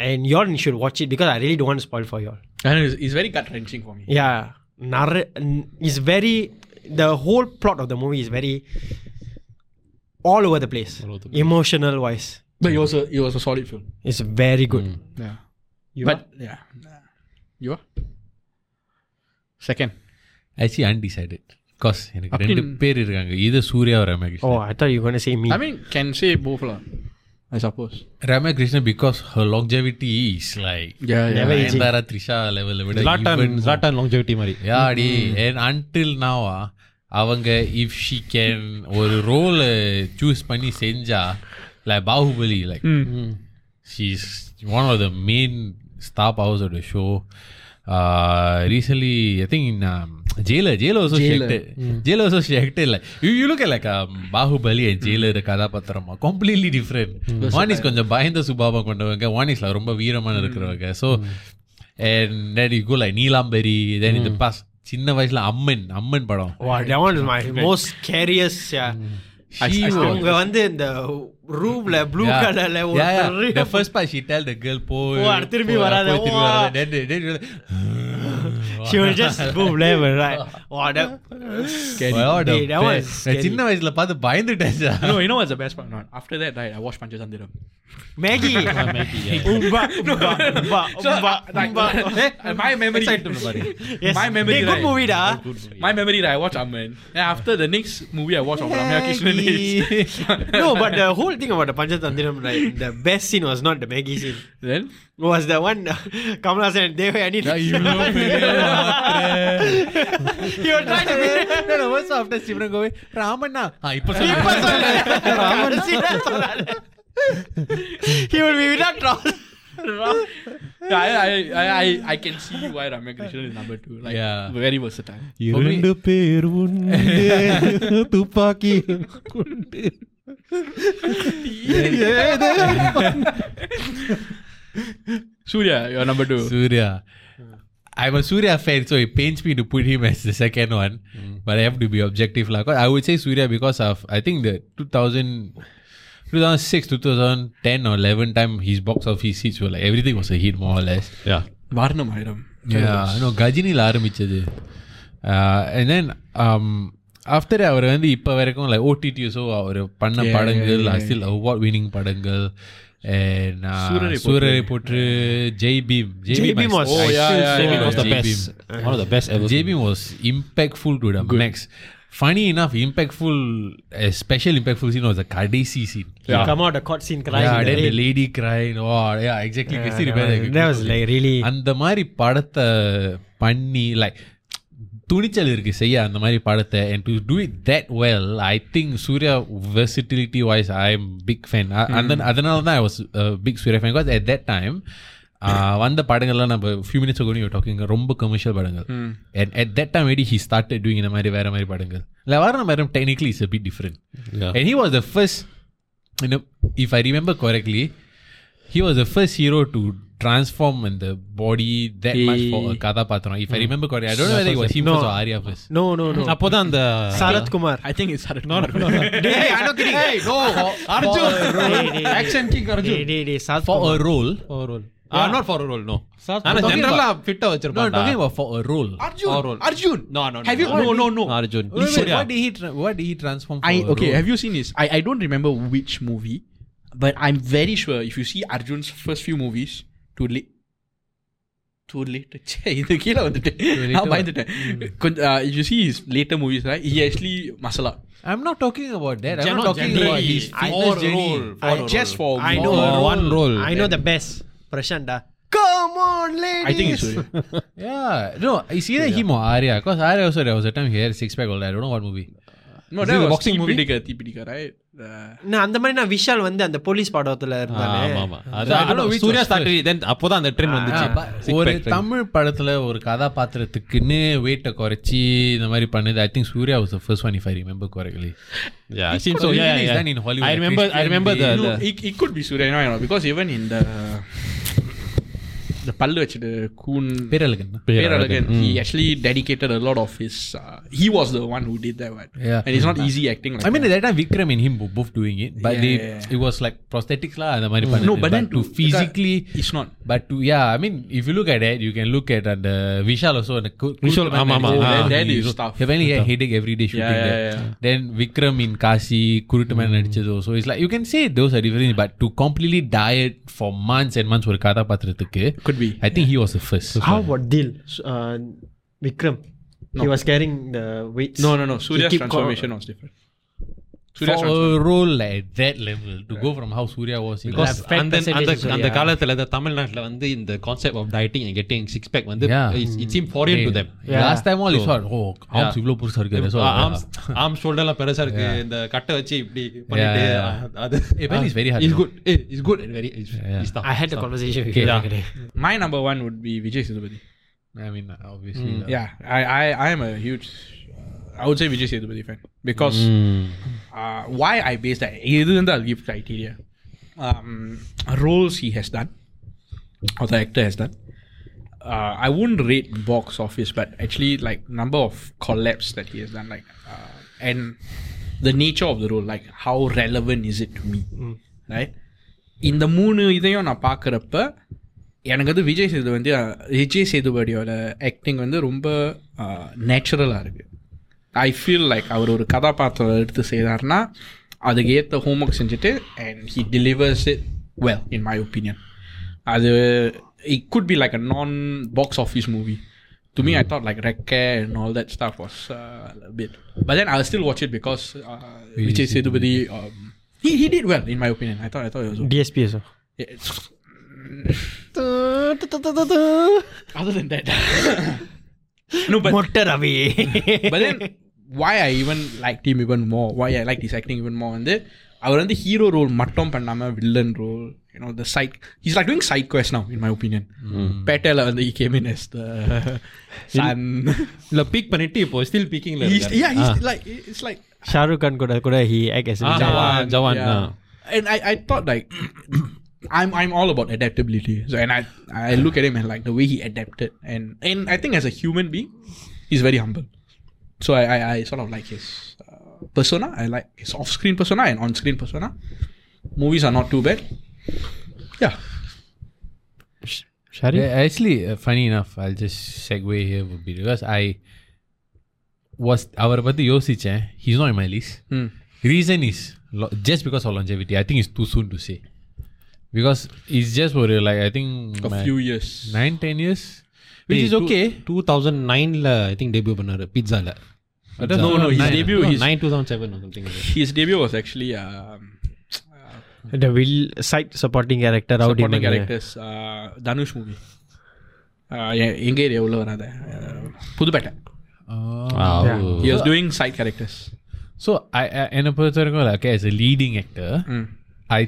And your should watch it because I really don't spoil for your
I know, it's, it's very gut wrenching for me.
yeah narr- n- is very the whole plot of the movie is very all over the place emotional wise
But it was a it was a solid film.
it's very good
Yeah.
You
but yeah. You are? Second.
Actually undecided because எனக்கு
Aptin-
ரெண்டு பேர் இருக்காங்க இது Suriya Ramesh
oh i thought you were going to say me
I mean can say both lah. I suppose.
Ramakrishnan because her longevity is like
Yeah, yeah.
Never easy.
Nayanthara Trisha லெவலில் விட
ஜாட்டான்
even more.
ஜாட்டான் longevity மாதிரி
Yeah, டி and until now ஆ, அவங்க if she can ஒரு role choose பண்ணி செஞ்சா like Baahubali like she's one of the main stop house of the show Uh, recently I think Jailer Jailer also shaked
Hmm.
Jailer also shaked இல்லை you you look like Baahubali and
Hmm.
Jailer கதாபாத்திரமா completely different one is கொஞ்சம் பயந்த சுபாவம் கொண்டவங்க one இஸ்ல ரொம்ப
Hmm.
வீரமான இருக்கிறவங்க so and then you go like Neelambari then in the
Hmm.
past சின்ன வயசுல அம்மன் அம்மன் படம்
wow Oh, that one is my most scariest yeah
She was-
அவங்க வந்து இந்த ரூம்ல ப்ளூ
Yeah.
கலர்ல ஒரு
Yeah, yeah.
பெரிய
The first part she tell the girl, "போ,
போ,
போ,
அது திரும்பி
போ,
வராத."
போய் திரும்பி
Wow.
வராத." Then they- then you're like,
she will just boom level right wow that
wow, the
Dude, that was
best. நான்
scary.
[LAUGHS] சின்ன வயசுல பார்த்து பயந்துட்டேன் sir.
No, you know what's the best part? Not after that, right? I watched Panchatandiram.
Maggie umba umba umba umba umba
uh, [LAUGHS] eh? My memory. [LAUGHS]
yes
My memory
Dey, good
right.
movie da
My memory that I watched Amman. And after the next movie I watched of Ramya Krishnan is [LAUGHS]
[LAUGHS] no, but the whole thing about the Panchatandiram, right? The best scene was not the Maggie scene.
then
It was the one uh, Kamala said, "They were I need."
நான் இவ்வளவு பெரிய
[LAUGHS] you were trying to be.
no, no, what's after Simran Covey, Ramanna. Ah,
Ah,
இப்ப சொல்லு.
இப்ப சொல்லு. கடைசி தான் சொல்லாத. He will be without trouble.
I, I, I, I, I can see why Ramya Krishnan is number two. Like
Yeah.
very versatile.
இரண்டு பேர் [LAUGHS] உண்டு துப்பாக்கி கொண்டு
Surya, you're number two.
Surya. I'm a Surya fan, so it pains me to put him as the second one. But I have to be objective. Like, I would say Surya because of, I think, the 2000, 2006, 2010 or 11 time his box office hits were like everything was a hit, more or less.
Yeah
Varnam Hiram.
Yeah, no, கஜினியில் ஆரம்பிச்சது Uh, and then after அவர் um, வந்து இப்போ வரைக்கும் like ஓடிடிஎஸோ அவர் பண்ண
Yeah,
படங்கள்
yeah, yeah,
still award winning படங்கள் And, uh,
Soorarai Pottru.
Soorarai Pottru Jai Bhim
Jai Bhim was-
Oh, yeah, yeah, yeah,
was the
J Beam.
best one of the best ever
JB was impactful to the max. Funny enough, impactful, a special impactful scene was the Kadesi scene.
Yeah. Come out the court scene crying.
yeah,
in the
then the
rain.
lady crying. Oh, yeah, exactly.
Yeah,
Christy
that
Rebecca.
was- that was like really.
அந்த மாதிரி படத்தை பண்ணி like துணிச்சல் இருக்கு செய்ய அந்த மாதிரி படத்தை and to do it that well i think Surya versatility wise i am big fan அந்த அதனால தான் uh, I was big Suriya fan because at that time ஆஹ், வந்த படங்கள்லாம் நம்ம ஃபியூ மினிட்ஸ் கூட டாக்கிங் ரொம்ப கமர்ஷியல் படங்கள் அண்ட் அட் தட் டைம் வெடி ஹி ஸ்டார்டட் டூயிங் இந்த மாதிரி வேற மாதிரி படங்கள் இல்லை வர madam technically is a bit different
Yeah.
and he was the first you know if i remember correctly he was the first hero to transform in the body that much for a Kadapatram. If I remember correctly, I don't know whether it was him first or Arya first.
No, no, no.
அப்போதான் அந்த
Sarath Kumar.
I think it's Harith.
Hey, I'm not kidding. Hey, no. Arjun.
Action king
Hey,
Arjun.
hey, hey, Sarath
For
Kumar.
a role.
for a role ah not for a role no ஆனா
talking
ஜெனரலா ஃபிட்டா
No, I'm
வச்சிருப்பான்
talking about for a role.
Arjun.
Arjun.
no no
Have you? No, no, no.
Arjun
Wait, wait, what did he tra- what did he transform for
I
a
okay.
role?
Have you seen this? I, I don't remember which movie, but I'm very sure if you see Arjun's first few movies to late too late [LAUGHS] ச்சே, இது கீழே வந்துட்டேன் நான் பயந்துட்டேன் கொஞ்சம் uh, if you see his later movies right he actually muscle up
I'm not talking about that. I'm
General
not talking
General.
about his
I-
fitness
or
journey.
role. I just for
I know
more
one role.
I know the best. ah. Prashanda.
Come on, ladies.
I think it's Surya.
Yeah. No, it's either him or Arya. Because Arya also, there was a time he had six pack all that. I don't know what movie.
no
it
that
a
was boxing
boxing movie?
movie Deepika right uh,
நான் அந்த மாதிரி நான் விஷால் வந்து அந்த police படத்துல
ஆமா
இருந்தானே
ஆமா அதான் I don't know, Suriya start then அப்போதான் அந்த ட்ரெண்ட் வந்துச்சு
Ah, ஒரு தமிழ் படத்துல ஒரு கதாபாத்திரத்துக்குன்னு வெயிட்டை குறைச்சி இந்த மாதிரி பண்ணது I think Suriya was the first one if I remember correctly
yeah it seems so yeah,
Really
yeah,
is
yeah.
done in Hollywood,
I remember I
Christian
remember the,
no,
the
it, it could be Surya you know, you know because even in the the பல்லு வச்சுட்டு கூன்
பேரழகன்
Peralagan, he actually dedicated a lot of his. Uh, he was the one who did that one.
Yeah.
And it's not easy acting like
I mean
that.
That Vikram in him both doing it but
Yeah,
they
yeah, yeah. Mm.
it was like prosthetics lah அந்த மாதிரி பண்ணது
No, but then
to
to-
physically
it's not.
But to, yeah, I mean, if you look at it, you can look at uh, the Vishal also. And the cool,
Vishal, ஆமா, ஆமா.
oh,
Ah.
That is tough.
Apparently, he had headache every day shooting uh,
yeah,
there.
yeah.
Then Vikram in Kasi, Kurutman mm. Nadichado. So it's like, you can say those are different, but to completely diet for months and months for Katha Patrathukku,
Could be.
I think he was the first.
How about Dil? Uh, Vikram. He was carrying the weights.
No, no, no.
He
Surya's
keep call-
transformation was different.
For
Surya's transformation.
a role like that level, to go from how Surya was in
because
Because
fat
அந்த அந்த
percentage is
அந்த
yeah.
காலத்துல இந்த தமிழ்நாட்டுல வந்து இந்த concept of dieting and getting six pack வந்து
Yeah. Mm.
It's in foreign to them
Yeah.
Last time all is what? Oh, arms
Yeah. uh,
இவ்வளோ புதுசா இருக்கு. That's all.
ஆர்ம்ஸ் ஆர்ம் ஷோல்டர்லாம் பெருசா இருக்கு இந்த கட்டை வச்சு இப்படி பண்ணிட்டு
yeah, yeah.
அஹ், அது Ah,
Eh, but it's very hard,
is
you know.
Good is good very is
I had a conversation with
Okay.
him.
Yeah.
today.
My number one would be Vijay Sethupathi.
I mean, uh, obviously. lah.
Hmm. Yeah, I, I, I am a huge. Uh, I would say Vijay Sethupathi fan because uh, why I base that isn't the give criteria. Um, roles he has done, or the actor has done. Uh, I wouldn't rate box office, but actually like number of collabs that he has done, like uh, and the nature of the role, like how relevant is it to me, right? இந்த மூணு இதையும் நான் பார்க்குறப்ப எனக்கு வந்து விஜய் சேது வந்து அஹ், Vijay சேதுபதியோட acting வந்து ரொம்ப நேச்சுரலாக இருக்குது ஐ ஃபீல் லைக் அவர் ஒரு கதாபாத்திரம் எடுத்து செய்தார்னா அதுக்கு ஏற்ற ஹோம்ஒர்க் செஞ்சுட்டு and he delivers it well in my opinion அது it could be like a non box office movie to me I thought like ரெக்கே and all that stuff was bit but then I still watch it because Vijay Sethupathi uh, um, he, he did well in my opinion i thought i thought it was
DSP also.
It's- other than that [LAUGHS] no but
Motor away.
but then why i even liked him even more why i liked his acting even more வந்து அவர் வந்து hero role மட்டும் பண்ணாமல் villain role you know the side he's like doing side quest now in my opinion பேட்டேல வந்து he came in as the son
இல்ல peak பண்ணிட்டு இப்போ ஸ்டில் பீக்கிங்ல
he's, yeah he's like it's like
Shah Rukh Khan could, could he act as a villain.
Jawan Jawan
yeah. And I, I thought like [CLEARS THROAT] I'm I'm all about adaptability. So and I I look at him and like the way he adapted and and I think as a human being, he's very humble. So I I, I sort of like his uh, persona. I like his off screen persona and on screen persona. Movies are not too bad. Yeah.
Sharif?
Yeah, actually, uh, funny enough, I'll just segue here would be because I was our pati Yosich, he's not in my list.
Hmm.
Reason is lo- just because of longevity. I think it's too soon to say. Because it's just for uh, like I think
A
my
few years.
nine, ten years. Which is okay.
Two thousand நைன்ல I think debut பண்ணாரு பிட்சால
That's
No,
all.
no, his
Nine.
debut his,
nine two thousand seven something
his debut was actually um,
The will side supporting character out
supporting characters uh, Danush movie. Uh, yeah, எங்கே எவ்வளோ வராத Uh, Pudhupettai Oh.
Wow.
He was doing side characters.
So I, I and a person like, okay, as a leading actor,
Hmm.
I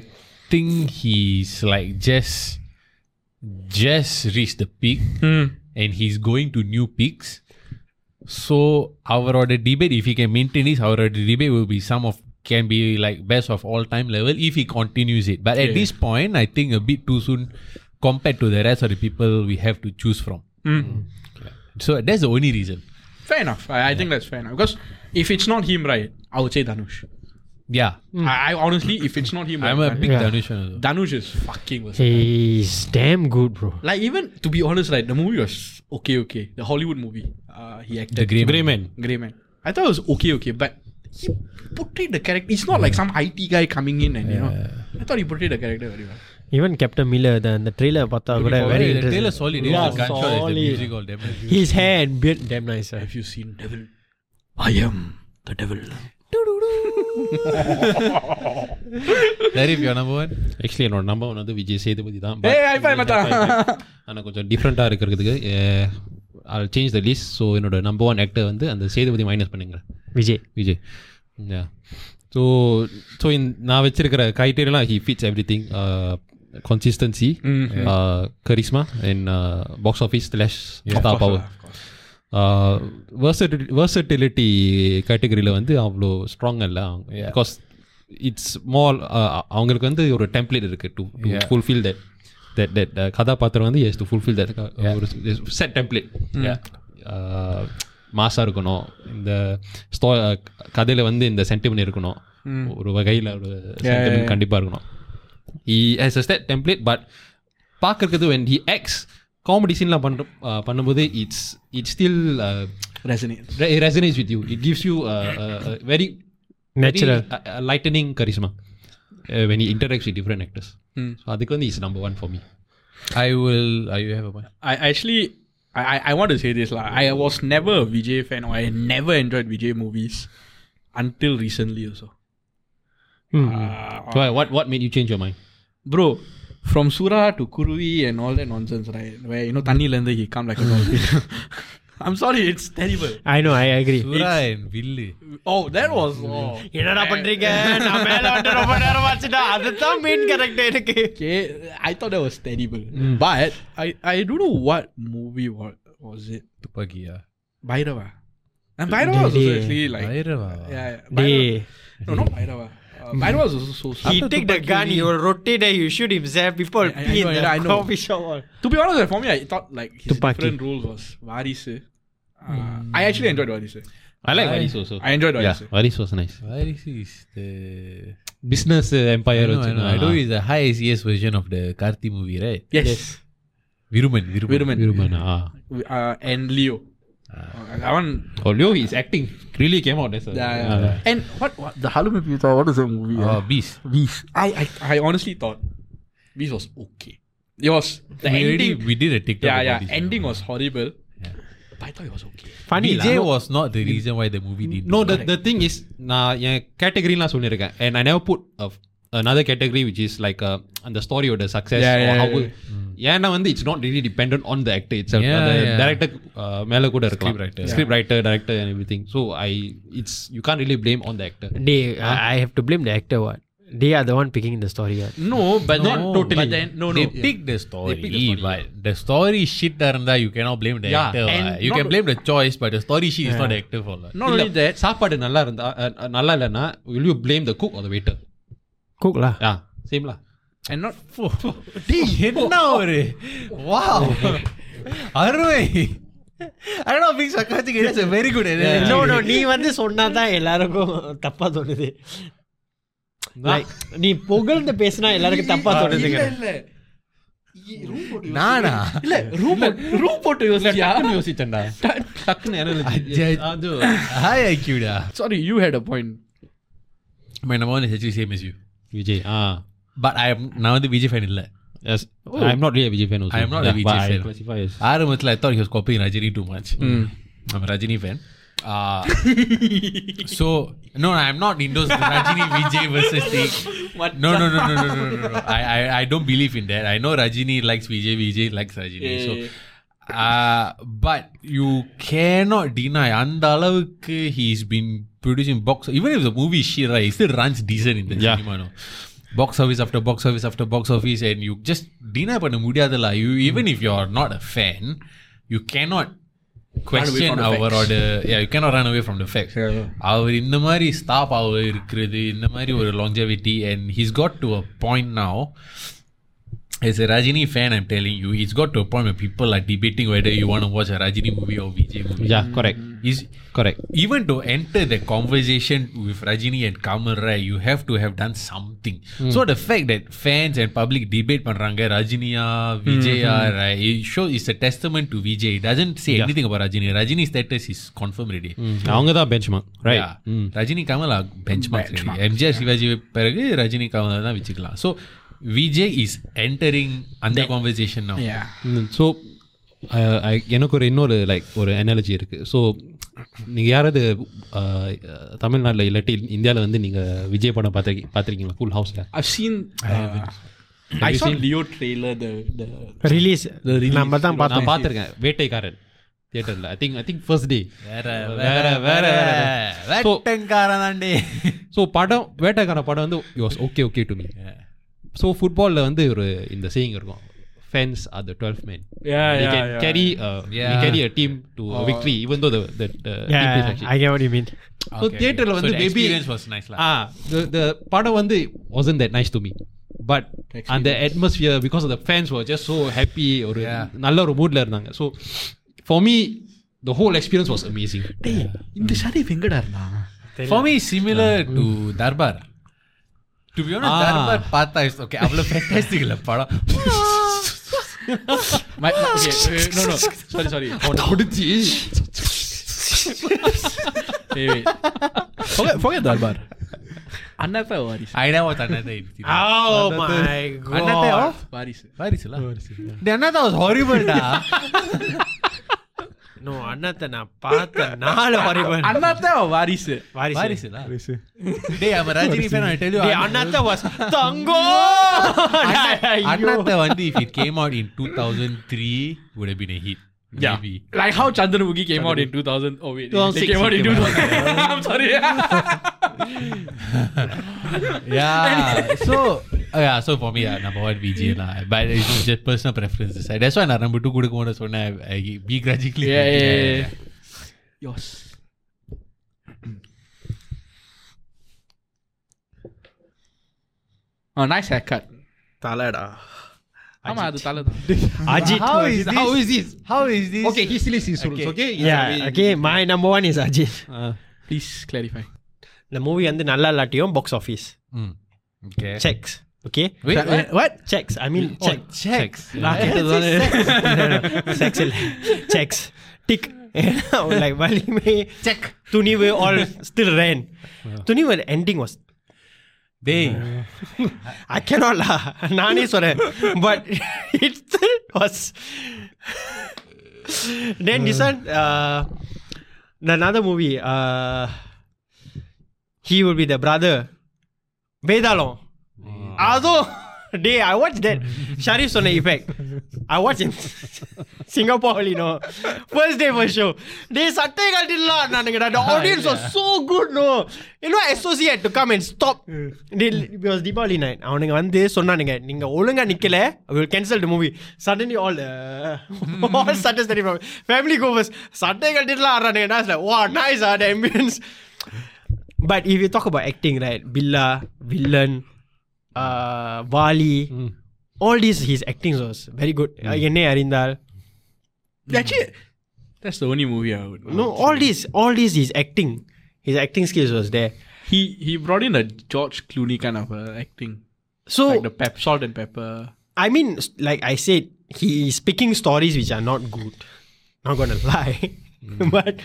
think he's like just just reached the peak
[LAUGHS]
and he's going to new peaks. So our order debate, if he can maintain this, our order debate will be some of can be like best of all time level if he continues it. But at this point, I think a bit too soon compared to the rest of the people we have to choose from. Hmm. So that's the only reason.
Fair enough. I, I think that's fair enough. Because if it's not him, right, I would say Danush.
Yeah,
I, I honestly, if it's not him,
I'm a
right,
big
Yeah.
Danush fan. Also.
Danush is fucking versatile.
He's damn good, bro.
Like even to be honest, like the movie was okay, okay. The Hollywood movie, uh, he acted
The Grey Man.
Grey Man. I thought it was okay, okay, but he portrayed the character. It's not like some IT guy coming in and you know. I thought he portrayed the character very well.
Even Captain Miller அந்த trailer பார்த்தா கூட very
the trailer
interest
solid.
Yeah,
Yeah, the gunshot is the
solid.
music all damn. it.
His hair and beard damn nice sir
Have you seen Devil? I am the Devil.
Larry, if you're number one.
Actually என்னோட number one வந்து விஜய் சேதுபதி தான்
Hey, high five, மச்சான்.
ஆனால் கொஞ்சம் டிஃப்ரெண்ட்டாக இருக்கிறதுக்கு all change the list so என்னோட number one actor வந்து அந்த சேதுபதி மைனஸ் பண்ணுங்க
விஜய்
விஜய் ஸோ ஸோ நான் வச்சிருக்கிற க்ரைட்டீரியெல்லாம் he fits everything consistency Mm-hmm. uh, charisma and box office slash star power versatility கேட்டகரியில் வந்து அவ்வளோ ஸ்ட்ராங் இல்லை பிகாஸ் இட்ஸ் ஸ்மால் அவங்களுக்கு வந்து ஒரு டெம்ப்ளேட் இருக்குது to to fulfill that that that கதாபாத்திரம் வந்து எஸ் டு ஃபுல்ஃபில் தட் ஒரு செட் டெம்ப்ளேட் மாசாக இருக்கணும் இந்த ஸ்டோ கதையில் வந்து இந்த சென்டிமெண்ட் இருக்கணும் ஒரு வகையில் ஒரு சென்டிமெண்ட் கண்டிப்பாக இருக்கணும் he has a set template but பார்க்கறது வென் ஹி எக்ஸ் காமெடி சீன்லாம் பண்ணுற பண்ணும்போது it's it's still
[LAUGHS] Resonate.
Resonate with you it gives you very
natural
lightning charisma when he interacts with different actors
Hmm.
So அதுக்கு வந்து it's number one for me
I will. Uh, you have a point.
I actually, I, I, I want to say this. Like, I was never a Vijay fan or I never enjoyed Vijay movies until recently also.
Hmm.
Ah. Uh,
So uh, what what made you change your mind?
Bro, from Sura to Kurui and all that nonsense, right? Where, you know, Tani Lender, he come like a dolphin. [LAUGHS] I'm sorry, it's terrible.
I know I agree
Sura and Villi.
Oh, that was... Oh.
என்னடா பண்றீங்க நான் மேல வந்து ரொம்ப நேரம் ஆச்சுடா அதுதான் main correct எனக்கு
Okay, I thought that was terrible. But I, I don't know what movie was, was it.
Tupagia.
Bhairava. And Bhairava was also
Dey.
actually like...
Bhairava.
Yeah, yeah.
டே
Bhairava. No, not Bhairava. Uh, Bhairava was also so...
He take the gun, he will rotate and you shoot himself. People
I- I
pee
know, I
in the
know, I know.
coffee shop. all.
To be honest, for me, I thought like his
Tupaki.
different rules was Varis. Uh, I actually enjoyed Varis.
I like Varis also.
I enjoyed
yeah,
Varis.
Varis was nice.
Varisi is the.
Business
I
empire
know, I know. I know
uh, வச்சு
it's the high SES version of the Karthi movie, right?
Yes.
Viruman. Viruman.
Viruman.
விரும்பனா
Uh, and Leo. Uh, that one.
ஓலியோ is acting really came out sir
Yeah, yeah. And what, what the Halloween Pizza? What is that movie?
Oh,
Uh,
Beast.
Beast. I, I I honestly thought Beast was okay. It was the
we already
ending.
we did a TikTok.
yeah,
about
yeah.
this, you
Ending
know.
was horrible. But I thought it was okay.
Funny
Vijay
lah.
was not the reason why the movie did.
No the the thing is நான் என் கேட்டகரிலாம் சொல்லியிருக்கேன் and I never put another category which is like uh, அந்த ஸ்டோரியோட success
Yeah, yeah,
how
yeah.
ஏன்னா வந்து it's not really dependent on the actor itself
Yeah,
அந்த
yeah.
director uh, மேல கூட இருக்கலாம்
Script writer.
script writer director and everything so i it's you can't really blame on the actor
They, I I have to blame the actor. What? They are the one picking the story. What?
No, but
No,
not totally.
but
then, no,
They
no.
picked the story,
picked the story,
but the story shit இருந்தா you cannot blame the
Yeah,
actor.
and
uh, You
not-
can blame the choice, but the story shit is not the actor for.
Not only
இல்ல,
that.
சாப்பாடு நல்லா இருந்தா அஹ், அஹ், நல்லா இல்லைன்னா will you blame the cook or the waiter
Cook lah.
Ah சேம்லா
And not.
[LAUGHS] என்ன ஒரு
[LAUGHS]
wow அருமை I don't know being sarcastic is a very good analogy.
No, no, நீ வந்து சொன்னாதான் எல்லாருக்கும் தப்பா தோணுது Like, நீ புகழ்ந்து பேசினா எல்லாருக்கும் தப்பா தோணுது
இல்ல, இல்ல. Room போட்டு யோசி.
நானா
இல்ல, room போட்டு- room போட்டு யோசியா?
யோசிச்சேன்டா டக்குன்னு
[LAUGHS] அஜய்.
அது
Hi IQடா.
Sorry, you had a point.
My number one is actually same as you.
Vijay ah
But I am நான் வந்து விஜய் ஃபேன் இல்ல.
Yes I am not real Vijay fan
Oh. I am not a VJ fan.
classify as
ஆரம்பத்துல I thought he was copying Rajini too much. I'm a Rajini fan. Uh, so no, I'm not in those Rajini Vijay versus thing. No, no, no, no, no, no, no, no. I, I, I don't believe in that. I know Rajini likes Vijay, Vijay likes Rajini. So, uh, but you cannot deny அந்த அளவுக்கு he's been producing box. Even if the movie is shit, right, he still runs decent in the
Yeah.
cinema. No? Box office after box office after box office, and you just deny பண்ண முடியாதுல. You even if you're not a fan, you cannot question
from the facts.
அவரோட yeah you cannot run away from the facts அவர் இந்த மாதிரி stop அவர் இருக்கிறது இந்த மாதிரி ஒரு longevity and he's got to a point now as a Rajini fan I'm telling you it's got to a point where people are debating whether you want to watch a Rajini movie or Vijay movie
yeah correct
is
correct
even to enter the conversation with Rajini and Kamal Rai, you have to have done something. So the fact that fans and public debate பண்றாங்க ரஜினியா Vijaya right it shows it's a testament to Vijay. It doesn't say anything about Rajini. Rajini's status is confirmed already.
அவங்க தான் Mm. Benchmark right
Yeah. Rajini Kamal benchmark MGR Sivaji பிறகு ரஜினி கமல் தான் வச்சுக்கலாம் so Vijay is entering under conversation now.
yeah
so எனக்கு ஒரு இன்னொரு like ஒரு analogy இருக்குது ஸோ நீங்கள் யாராவது uh, தமிழ்நாட்டுல இல்லாட்டி இந்தியாவில் வந்து நீங்கள் விஜய் படம் பார்த்து பார்த்துருக்கீங்களா ஃபுல் ஹவுஸில்
I've seen. Uh, I, saw Leo trailer. The the
release நம்ம தான்
நான்
பார்த்தோம்
பார்த்துருக்கேன் வேட்டைக்காரன் தியேட்டரில் I think I think first day
வேற
வேற, வேற, வேற.
[LAUGHS]
So-
வேட்டங்காரனாண்டே
ஸோ படம் வேட்டைக்காரன் படம் வந்து யோஸ் okay okay to me so ஃபுட்பாலில் வந்து ஒரு இந்த சேயிங் இருக்கும் fans are the twelfth man
yeah
they can carry uh,
Yeah.
they carry a team to a victory even though the, the, the team is
Yeah,
actually
I get what you mean.
so theater la வந்து
the
maybe
experience was nice lah.
ah the the படம் வந்து wasn't that nice to me but and the atmosphere because of the fans were just so happy ஒரு நல்ல ஒரு மூட்ல இருந்தாங்க so for me the whole experience was amazing
இந்த சரி எங்கடா இருந்தா
For me, similar to Darbar. To be honest,
Ah.
Darbar Pata is okay. அவ்வளவு fantastic இல்ல படம்.
my, my, okay, uh, no no sorry sorry
அவனை பிடிச்சி
wait, wait. forget forget that bar அண்ணாப்பா வாரிசு
I never watched Anatha in theater.
Oh my
Anatha
god.
of
வாரிசு
Paris lah. The Anatha was horrible da.
No, அண்ணாத்த நான் [LAUGHS] பார்த்த நாலு horrible.
அண்ணாத்தா வாரிசு
வாரிசு.
Paris lah. Dey, I'm a Rajini fan. I tell you,
டேய்,
Anatha,
Annaatthe [LAUGHS] was தங்கோ.
Anatha Vandi, if it came out in 2003, would have been a hit.
Yeah.
Maybe.
Like how Chandramuki came out in 2000. Oh, wait. They
2006
came out in
it
2000.
came
[LAUGHS] I'm sorry.
Yeah. so uh, yeah, so for me, yeah, number one VJ lah. But it's just personal preferences. That's why நான் number two கொடுக்க மாட்டேன் சொன்னேன். I I begrudgingly.
Yeah, yeah, yeah, yeah. Yours. Oh, nice haircut.
தலைடா
ஆமா அது தலை தான் [LAUGHS]
Ajit
How
was-
is this?
how is this
How is this?
okay he still is his rules okay
Yeah, okay, my number one is Ajit.
Please clarify
இந்த movie வந்து நல்லா இல்லாட்டியும் box office.
Mm. Okay.
Checks. Okay?
Wait, what?
What? Oh, Checks. I mean, check.
Checks.
Ah, checks இல்லை sex [LAUGHS] tick like Valimai check Thunivu all still ரென் Thunivu ending was
Dey,
[LAUGHS] I cannot நானே சொல்கிறேன் [LAUGHS] but it still was then decent uh, another movie he will be the brother Vedalam அதுவும் டே I watch that Sharif சொன்ன effect I watch [LAUGHS] in Singapore you know first day first show டே சட்டை காட்டிடலாம் நானுங்கடா the audience was so good no you know associate to come and stop they it was deepavali night அவனுங்க வந்து சொன்னானுங்க நீங்க ஒழுங்கா நிக்கல we will cancel the movie suddenly all the [LAUGHS] all சட்டை சரி family goers சட்டை காட்டிடலாம் ஆடுறானுங்க நான் like wow nice ah the ambience But if you talk about acting, right? Billa, villain, uh, Wali,
Hmm.
all these his acting was very good. Uh, Yenne Arindal,
Actually, that's the only movie I would.
no, all these, all these his acting, his acting skills was there.
He he brought in a George Clooney kind of uh, acting,
So
like the pep salt and pepper.
I mean, s- like I said, he is picking stories which are not good. Not gonna [LAUGHS] lie, but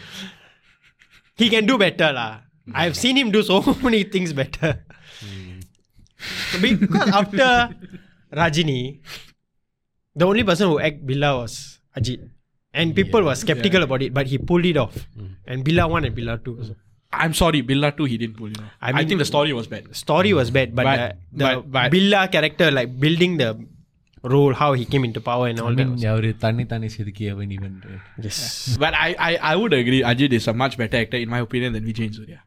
he can do better, lah. I've seen him do so [LAUGHS] many things better. Because after Rajini, the only person who act Billa was Ajit, and people were skeptical about it, but he pulled it off. And Billa one and Billa two. also.
I'm sorry, Billa too. He didn't pull it off. I,
I mean-
think the story was bad.
story was bad, but,
But-
the, the
but- but-
Billa character, like building the role, how he came into power and all
I mean,
that. was-
அவரு தண்ணி தண்ணி செதுக்கி அவன் even.
Yes.
But I, I I would agree. Ajit is a much better actor in my opinion than Vijay and Surya.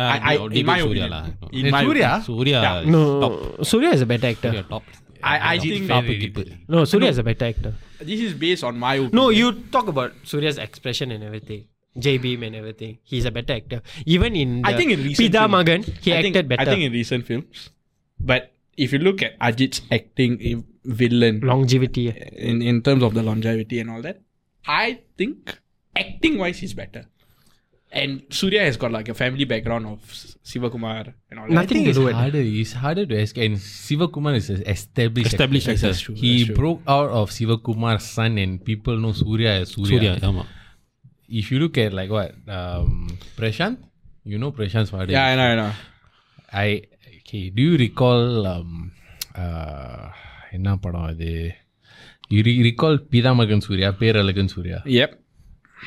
Ah,
I, I in my
Surya
opinion,
lah.
in my
Surya?
Surya
Yeah.
is
No,
top
Surya is a better actor.
Surya top
I I
top
think
top people.
No, Surya is a better actor.
this is based on my opinion.
No, you talk about Surya's expression and everything. J Beam and everything. He's a better actor. Even in the
I think in recent
Pida
films-
Magan, he
I
acted
think,
better.
I think in recent films, but if you look at Ajit's acting in villain
Longevity.
in in terms of the longevity and all that, I think acting wise he's better. And Surya has got like a family background of S- Sivakumar and all that.
Nothing to
it's
do with it.
harder. It's harder to ask. And Sivakumar is an established.
Established
actor.
actor. That's true,
He
that's true.
broke out of Sivakumar's son, and people know Surya as
Surya ஆமா
if you look at like what um Prashant, you know Prashant's father.
Yeah, I know, I know.
I okay, do you recall um uh என்ன படம் அது you re- recall Pithamagan Surya Perazhagan Surya
Yep.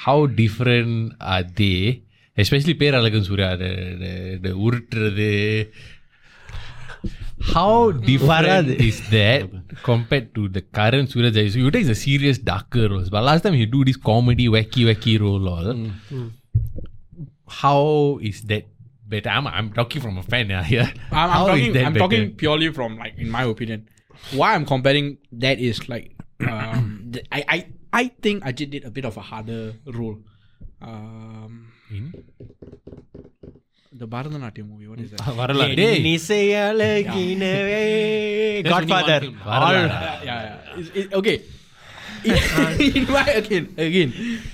how different are they especially Perazhagan Surya the the the உருட்டுறது how different is that compared to the current Surya Jayasu? You take the serious darker roles, but last time he do this comedy wacky wacky role all.
Mm.
How is that better? I'm, I'm talking from a fan yeah, here.
I'm, I'm
How is
talking.
that
I'm
better?
talking purely from like, in my opinion, why I'm comparing that is like, um, [COUGHS] th- I, I I think Ajit did a bit of a harder role. Um,
In?
the Bharatanatyam movie. What is that?
வரலாறு
Godfather.
one film.
All
Uh, yeah, yeah. It's- it-
[LAUGHS]
okay. [LAUGHS] in my again, again,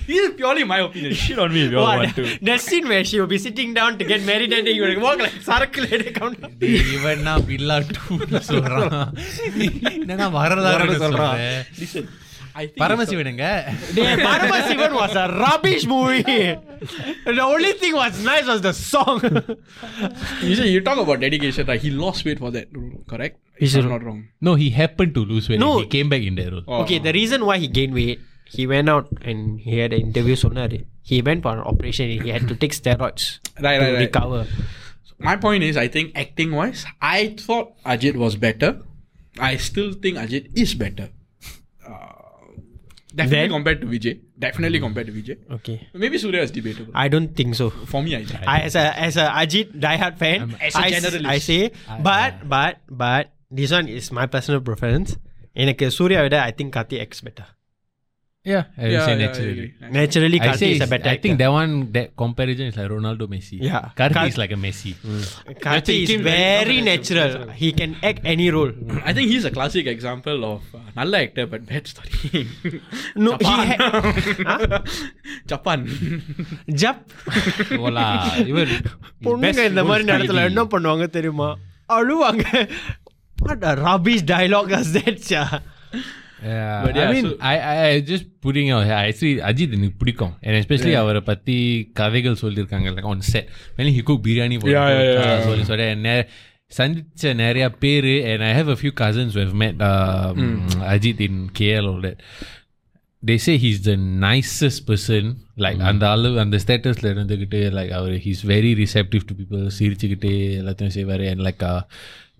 this is purely my opinion. Shit on me if you all want to.
that scene where she will be sitting down to get married and then you will walk like circle and come down.
இவன்னா பில்லா டூன்னு
[LAUGHS]
சொல்றான் என்னன்னா வரலாறு சொல்றான்
Listen, I think
பரமசிவனுங்க
Yeah, Barama Sivan was a rubbish movie. [LAUGHS] the only thing was nice was the song.
You, see, you talk about dedication, right? He lost weight for that role, correct? If I'm not wrong.
no he happened to lose weight
No.
he came back in that role
Oh.
okay, the reason why he gained weight, he went out and he had an interview sonar. He went for an operation and he had to take steroids
Right,
to
right, right.
recover.
My point is, I think acting wise, I thought Ajit was better. I still think Ajit is better. Uh, definitely
Then?
compared to Vijay. Definitely compared to Vijay.
Okay.
Maybe Surya is debatable.
I don't think so.
For me, I think.
I, as a as a Ajit diehard fan,
As a
I, s-
generalist.
I say, but but but this one is my personal preference. எனக்கு சூர்யா விட I think Karthi acts better
yeah I will
yeah,
say
yeah, I
naturally
agree. I-
naturally
I
Karthi
say
is a
it's-
better
I think that one that comparison is like Ronaldo Messi
Yeah.
Karthi
Kar-
is like a Messi
Karthi
he
is
came
very natural he can act any role
I think he's a classic example of uh, நல்ல actor but bad story. [LAUGHS]
No, he
Japan. Japan.
ஜப்
போலா இவர்
பொண்ணுங்க இந்த மாதிரி நேரத்துல என்ன பண்ணுவாங்க தெரியுமா அழுவாங்க Ah, [LAUGHS] What a rubbish dialogue was that, sia.
Yeah,
But yeah,
I mean,
so-
I, I I just putting out here, I see Ajit எனக்கு பிடிக்கும் and especially அவரை பற்றி கதைகள் சொல்லியிருக்காங்க like on set when he cook biryani for
Yeah,
the whole
yeah,
cast,
yeah.
சொல்லி சொல்லி and நெ- சந்திச்ச நிறைய பேர் and I have a few cousins who have met um,
Hmm.
Ajit in KL all that they say he's the nicest person like
Hmm.
அந்த அளவு அந்த ஸ்டேட்டஸில் இருந்துக்கிட்டு like our he's very receptive to people சிரிச்சுக்கிட்டே எல்லாத்தையும் செய்வார் and like uh,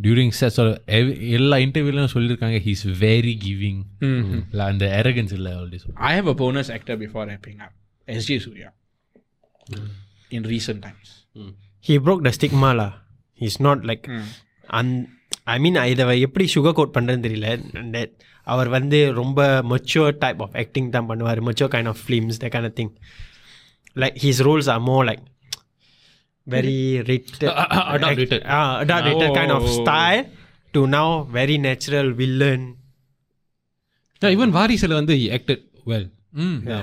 during sets or ev- எல்லா இன்டர்வியூலையும் சொல்லியிருக்காங்க he's very giving
Hmm.
இல்லை அந்த arrogance இல்லை all this
I have a bonus actor before wrapping up. S.J. Surya. In recent times.
He broke the stigma, lah. He's not like... அந் ஐ மீன் இதை எப்படி sugar coat பண்ணுறதுன்னு தெரியல That அவர் வந்து ரொம்ப மெச்சூர் டைப் ஆஃப் ஆக்டிங் தான் பண்ணுவார் mature kind of films the kind of thing like his roles are more like very writ
Adult-rated.
Ah, adapted kind of style to now very natural villain
even வாரிசுல வந்து acted well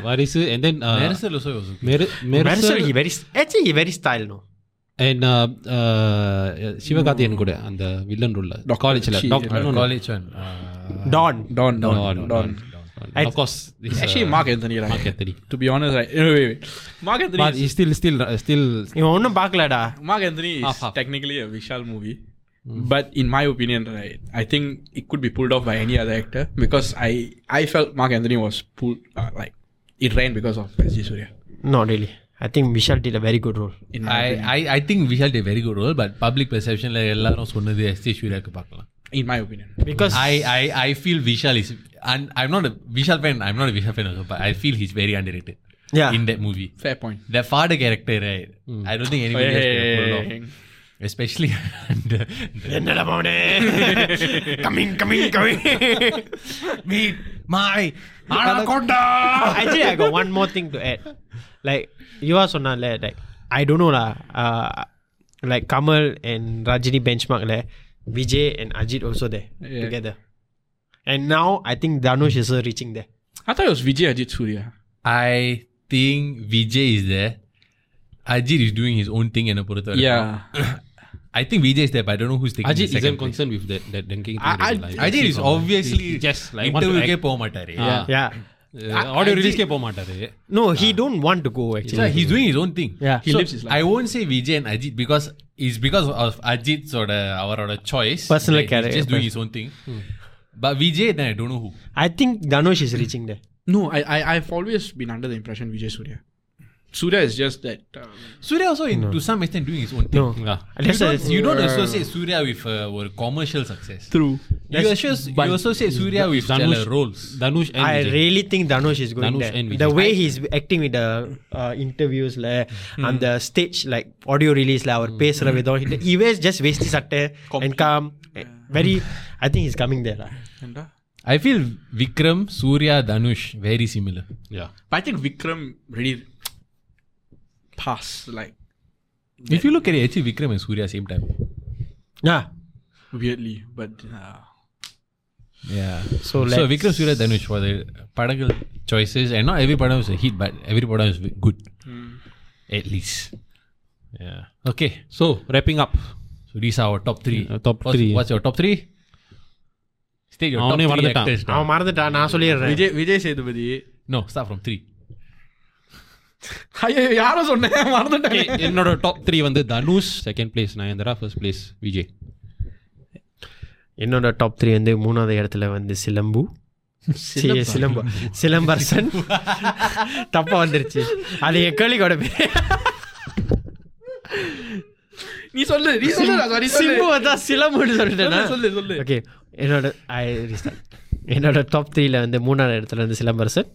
Varisu and then
Ah.
uh,
Maricel also was okay.
Mer-
Mersal
Mercer
he very actually he very style no
and uh, uh, Sivakarthikeyan கூட அந்த villain ரோல்ல காலேஜ்ல
she-
doctor
Uh, college one uh,
Don
Don, Don, Don.
I-
of course this, uh,
Actually, Mark Anthony, right?
Mark Anthony
To be honest, right? [LAUGHS] No, wait, wait. Mark Anthony,
but
is,
he's still still still
இவன் ஒன்றும் பார்க்கலடா
Mark Anthony
Ah,
is
Half, half.
technically a Vishal movie.
Hmm.
But in my opinion, right, I think it could be pulled off by any other actor because I I felt Mark Anthony was pulled uh, like it ran because of S.J. Surya.
No really I think Vishal did a very good role
In my
I,
opinion.
I, I think Vishal day very good role but public பெர்செப்ஷன்ல எல்லாரும் சொன்னது S T சூர்யாக்கு பார்க்கலாம்
in my opinion.
Because
I, I, I feel Vishal is and I'm not a Vishal fan I'm not a Vishal fan also but I feel he's very underrated
Yeah.
in that movie
Fair point.
the father character right I don't think anybody else can pull it off especially [LAUGHS] uh, the, the
என்னடா மவனே [LAUGHS] coming coming
[LAUGHS]
coming
meet my anaconda
Oh, actually I got one more thing to add. Like you are சொன்னால like I don't know lah. Uh, like Kamal and Rajini benchmark lah. Vijay and Ajit also there
Yeah.
together. And now I think Danush is also reaching there.
I thought it was Vijay Ajit Surya.
I think Vijay is there Ajit is doing his own thing என்ன பொறுத்த வரைக்கும்.
Yeah.
I think Vijay is there, but I don't know who's taking
Ajit
the second
isn't
place.
concerned with that that ranking
I- I-
Ajit is obviously
just like want to
interview
act.
போக மாட்டாரு
Ah.
Yeah.
Audio ரிலீஸ்க்கே போக மாட்டாரு
No, he don't want to go actually.
So he's doing his own thing.
Yeah.
He
So
lives his life.
I won't say Vijay and Ajit because it's because of Ajit's or the, our, or the choice.
Personal
that
character,
He's just doing his own thing. But Vijay, then I don't know who.
I think Dhanush is reaching there.
No, I, I, I've always been under the impression Vijay Surya. Surya is just that. Um,
Surya also, in, to some extent, doing his own thing.
No.
Yeah.
You
That's
don't,
a-
you don't associate Surya with uh, ஒரு commercial success.
True.
You, associate, you associate Surya with
Dhanush-
stellar roles.
Dhanush and
I
Vijay.
really think Dhanush is going
Dhanush
there.
and Vijay.
The way he's acting with the uh, interviews like,
Hmm.
and the stage like audio release like, our pace mm. with all, he, he wears just wasty satte and calm. eh, Very, I think he's coming there. lah.
And, uh,
I feel Vikram, Surya, Dhanush, very similar.
Yeah.
but I think Vikram really passed. Like,
If you look at it, actually Vikram and Surya same time.
Yeah.
weirdly. But uh,
Yeah.
So
So
let's-
Vikram, Surya, Dhanush for the padagal choices, and not every padam was a hit, but every padam was good,
Hmm.
at least. Yeah. Okay.
So, wrapping up.
So these are our top three.
Yeah, top
what's,
three.
What's your top three? State your
அவனே
top three
மறந்துட்டான்.
actors. now.
அவன் மறந்துட்டான் நான் சொல்லிடுறேன்
Vijay, Vijay Sethupathi.
No, start from three.
ஐயோ யாரோ சொன்னேன் [LAUGHS]
Okay,
மறந்துட்டேன்
என்னோட டாப் த்ரீ வந்து Dhanush second place Nayanthara first place Vijay
என்னோட டாப் த்ரீ வந்து மூணாவது இடத்துல வந்து சிலம்பு சி, சிலம்பு சிலம்பரசன் தப்பா வந்துருச்சு அது என் கேளிக்கோட பேர்
நீ சொல்லு நீ சொல்லு sorry, சொல்லு
சிம்பு தான் சிலம்புன்னு சொல்லிட்டேனா
சொல்லு, சொல்லு, சொல்லு.
ஓகே என்னோட ஐ என்னோட டாப் த்ரீல வந்து மூணாவது இடத்துல வந்து சிலம்பரசன்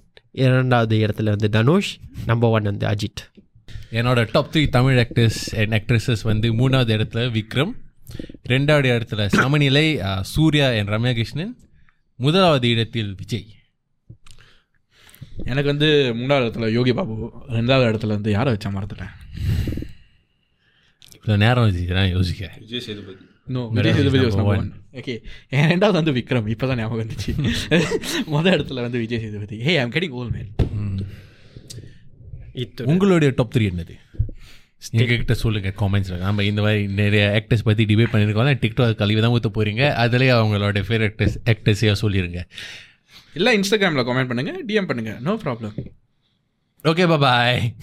இரண்டாவது இடத்துல வந்து தனுஷ் நம்பர் ஒன் வந்து அஜித்
என்னோட top three Tamil actors and actresses வந்து மூணாவது இடத்துல விக்ரம் ரெண்டாவது இடத்துல சமநிலை அஹ், சூர்யா அண்ட் ரம்யாகிருஷ்ணன் முதலாவது இடத்தில் விஜய்
எனக்கு வந்து மூணாவது இடத்துல யோகி பாபு ரெண்டாவது இடத்துல வந்து யாரை வச்சா மறந்துட்டேன்
இவ்வளோ நேரம் வச்சு நான் யோசிக்கிறேன்
no Vijay Sethupathi was
number
number
one.
one. Okay. என் ரெண்டாவது வந்து விக்ரம் இப்போ தான் ஞாபகம் வந்துச்சு [LAUGHS] மொதல் இடத்துல வந்து Vijay Sethupathi hey I'm getting old man
உங்களுடைய டாப் த்ரீ என்னது எங்ககிட்ட சொல்லுங்க காமெண்ட்ஸில் நம்ம இந்த மாதிரி நிறைய ஆக்டர்ஸ் பற்றி டிபேட் பண்ணியிருக்கோம் டிக்டாக் கழிவு தான் ஊற்ற போகிறீங்க அதிலே அவங்களோட ஃபேவரட் ஆக்டர்ஸ் ஆக்டர்ஸையாக சொல்லிடுங்க
இல்லை இன்ஸ்டாகிராமில் கமெண்ட் பண்ணுங்க டிஎம் பண்ணுங்க நோ ப்ராப்ளம்
ஓகே பாய்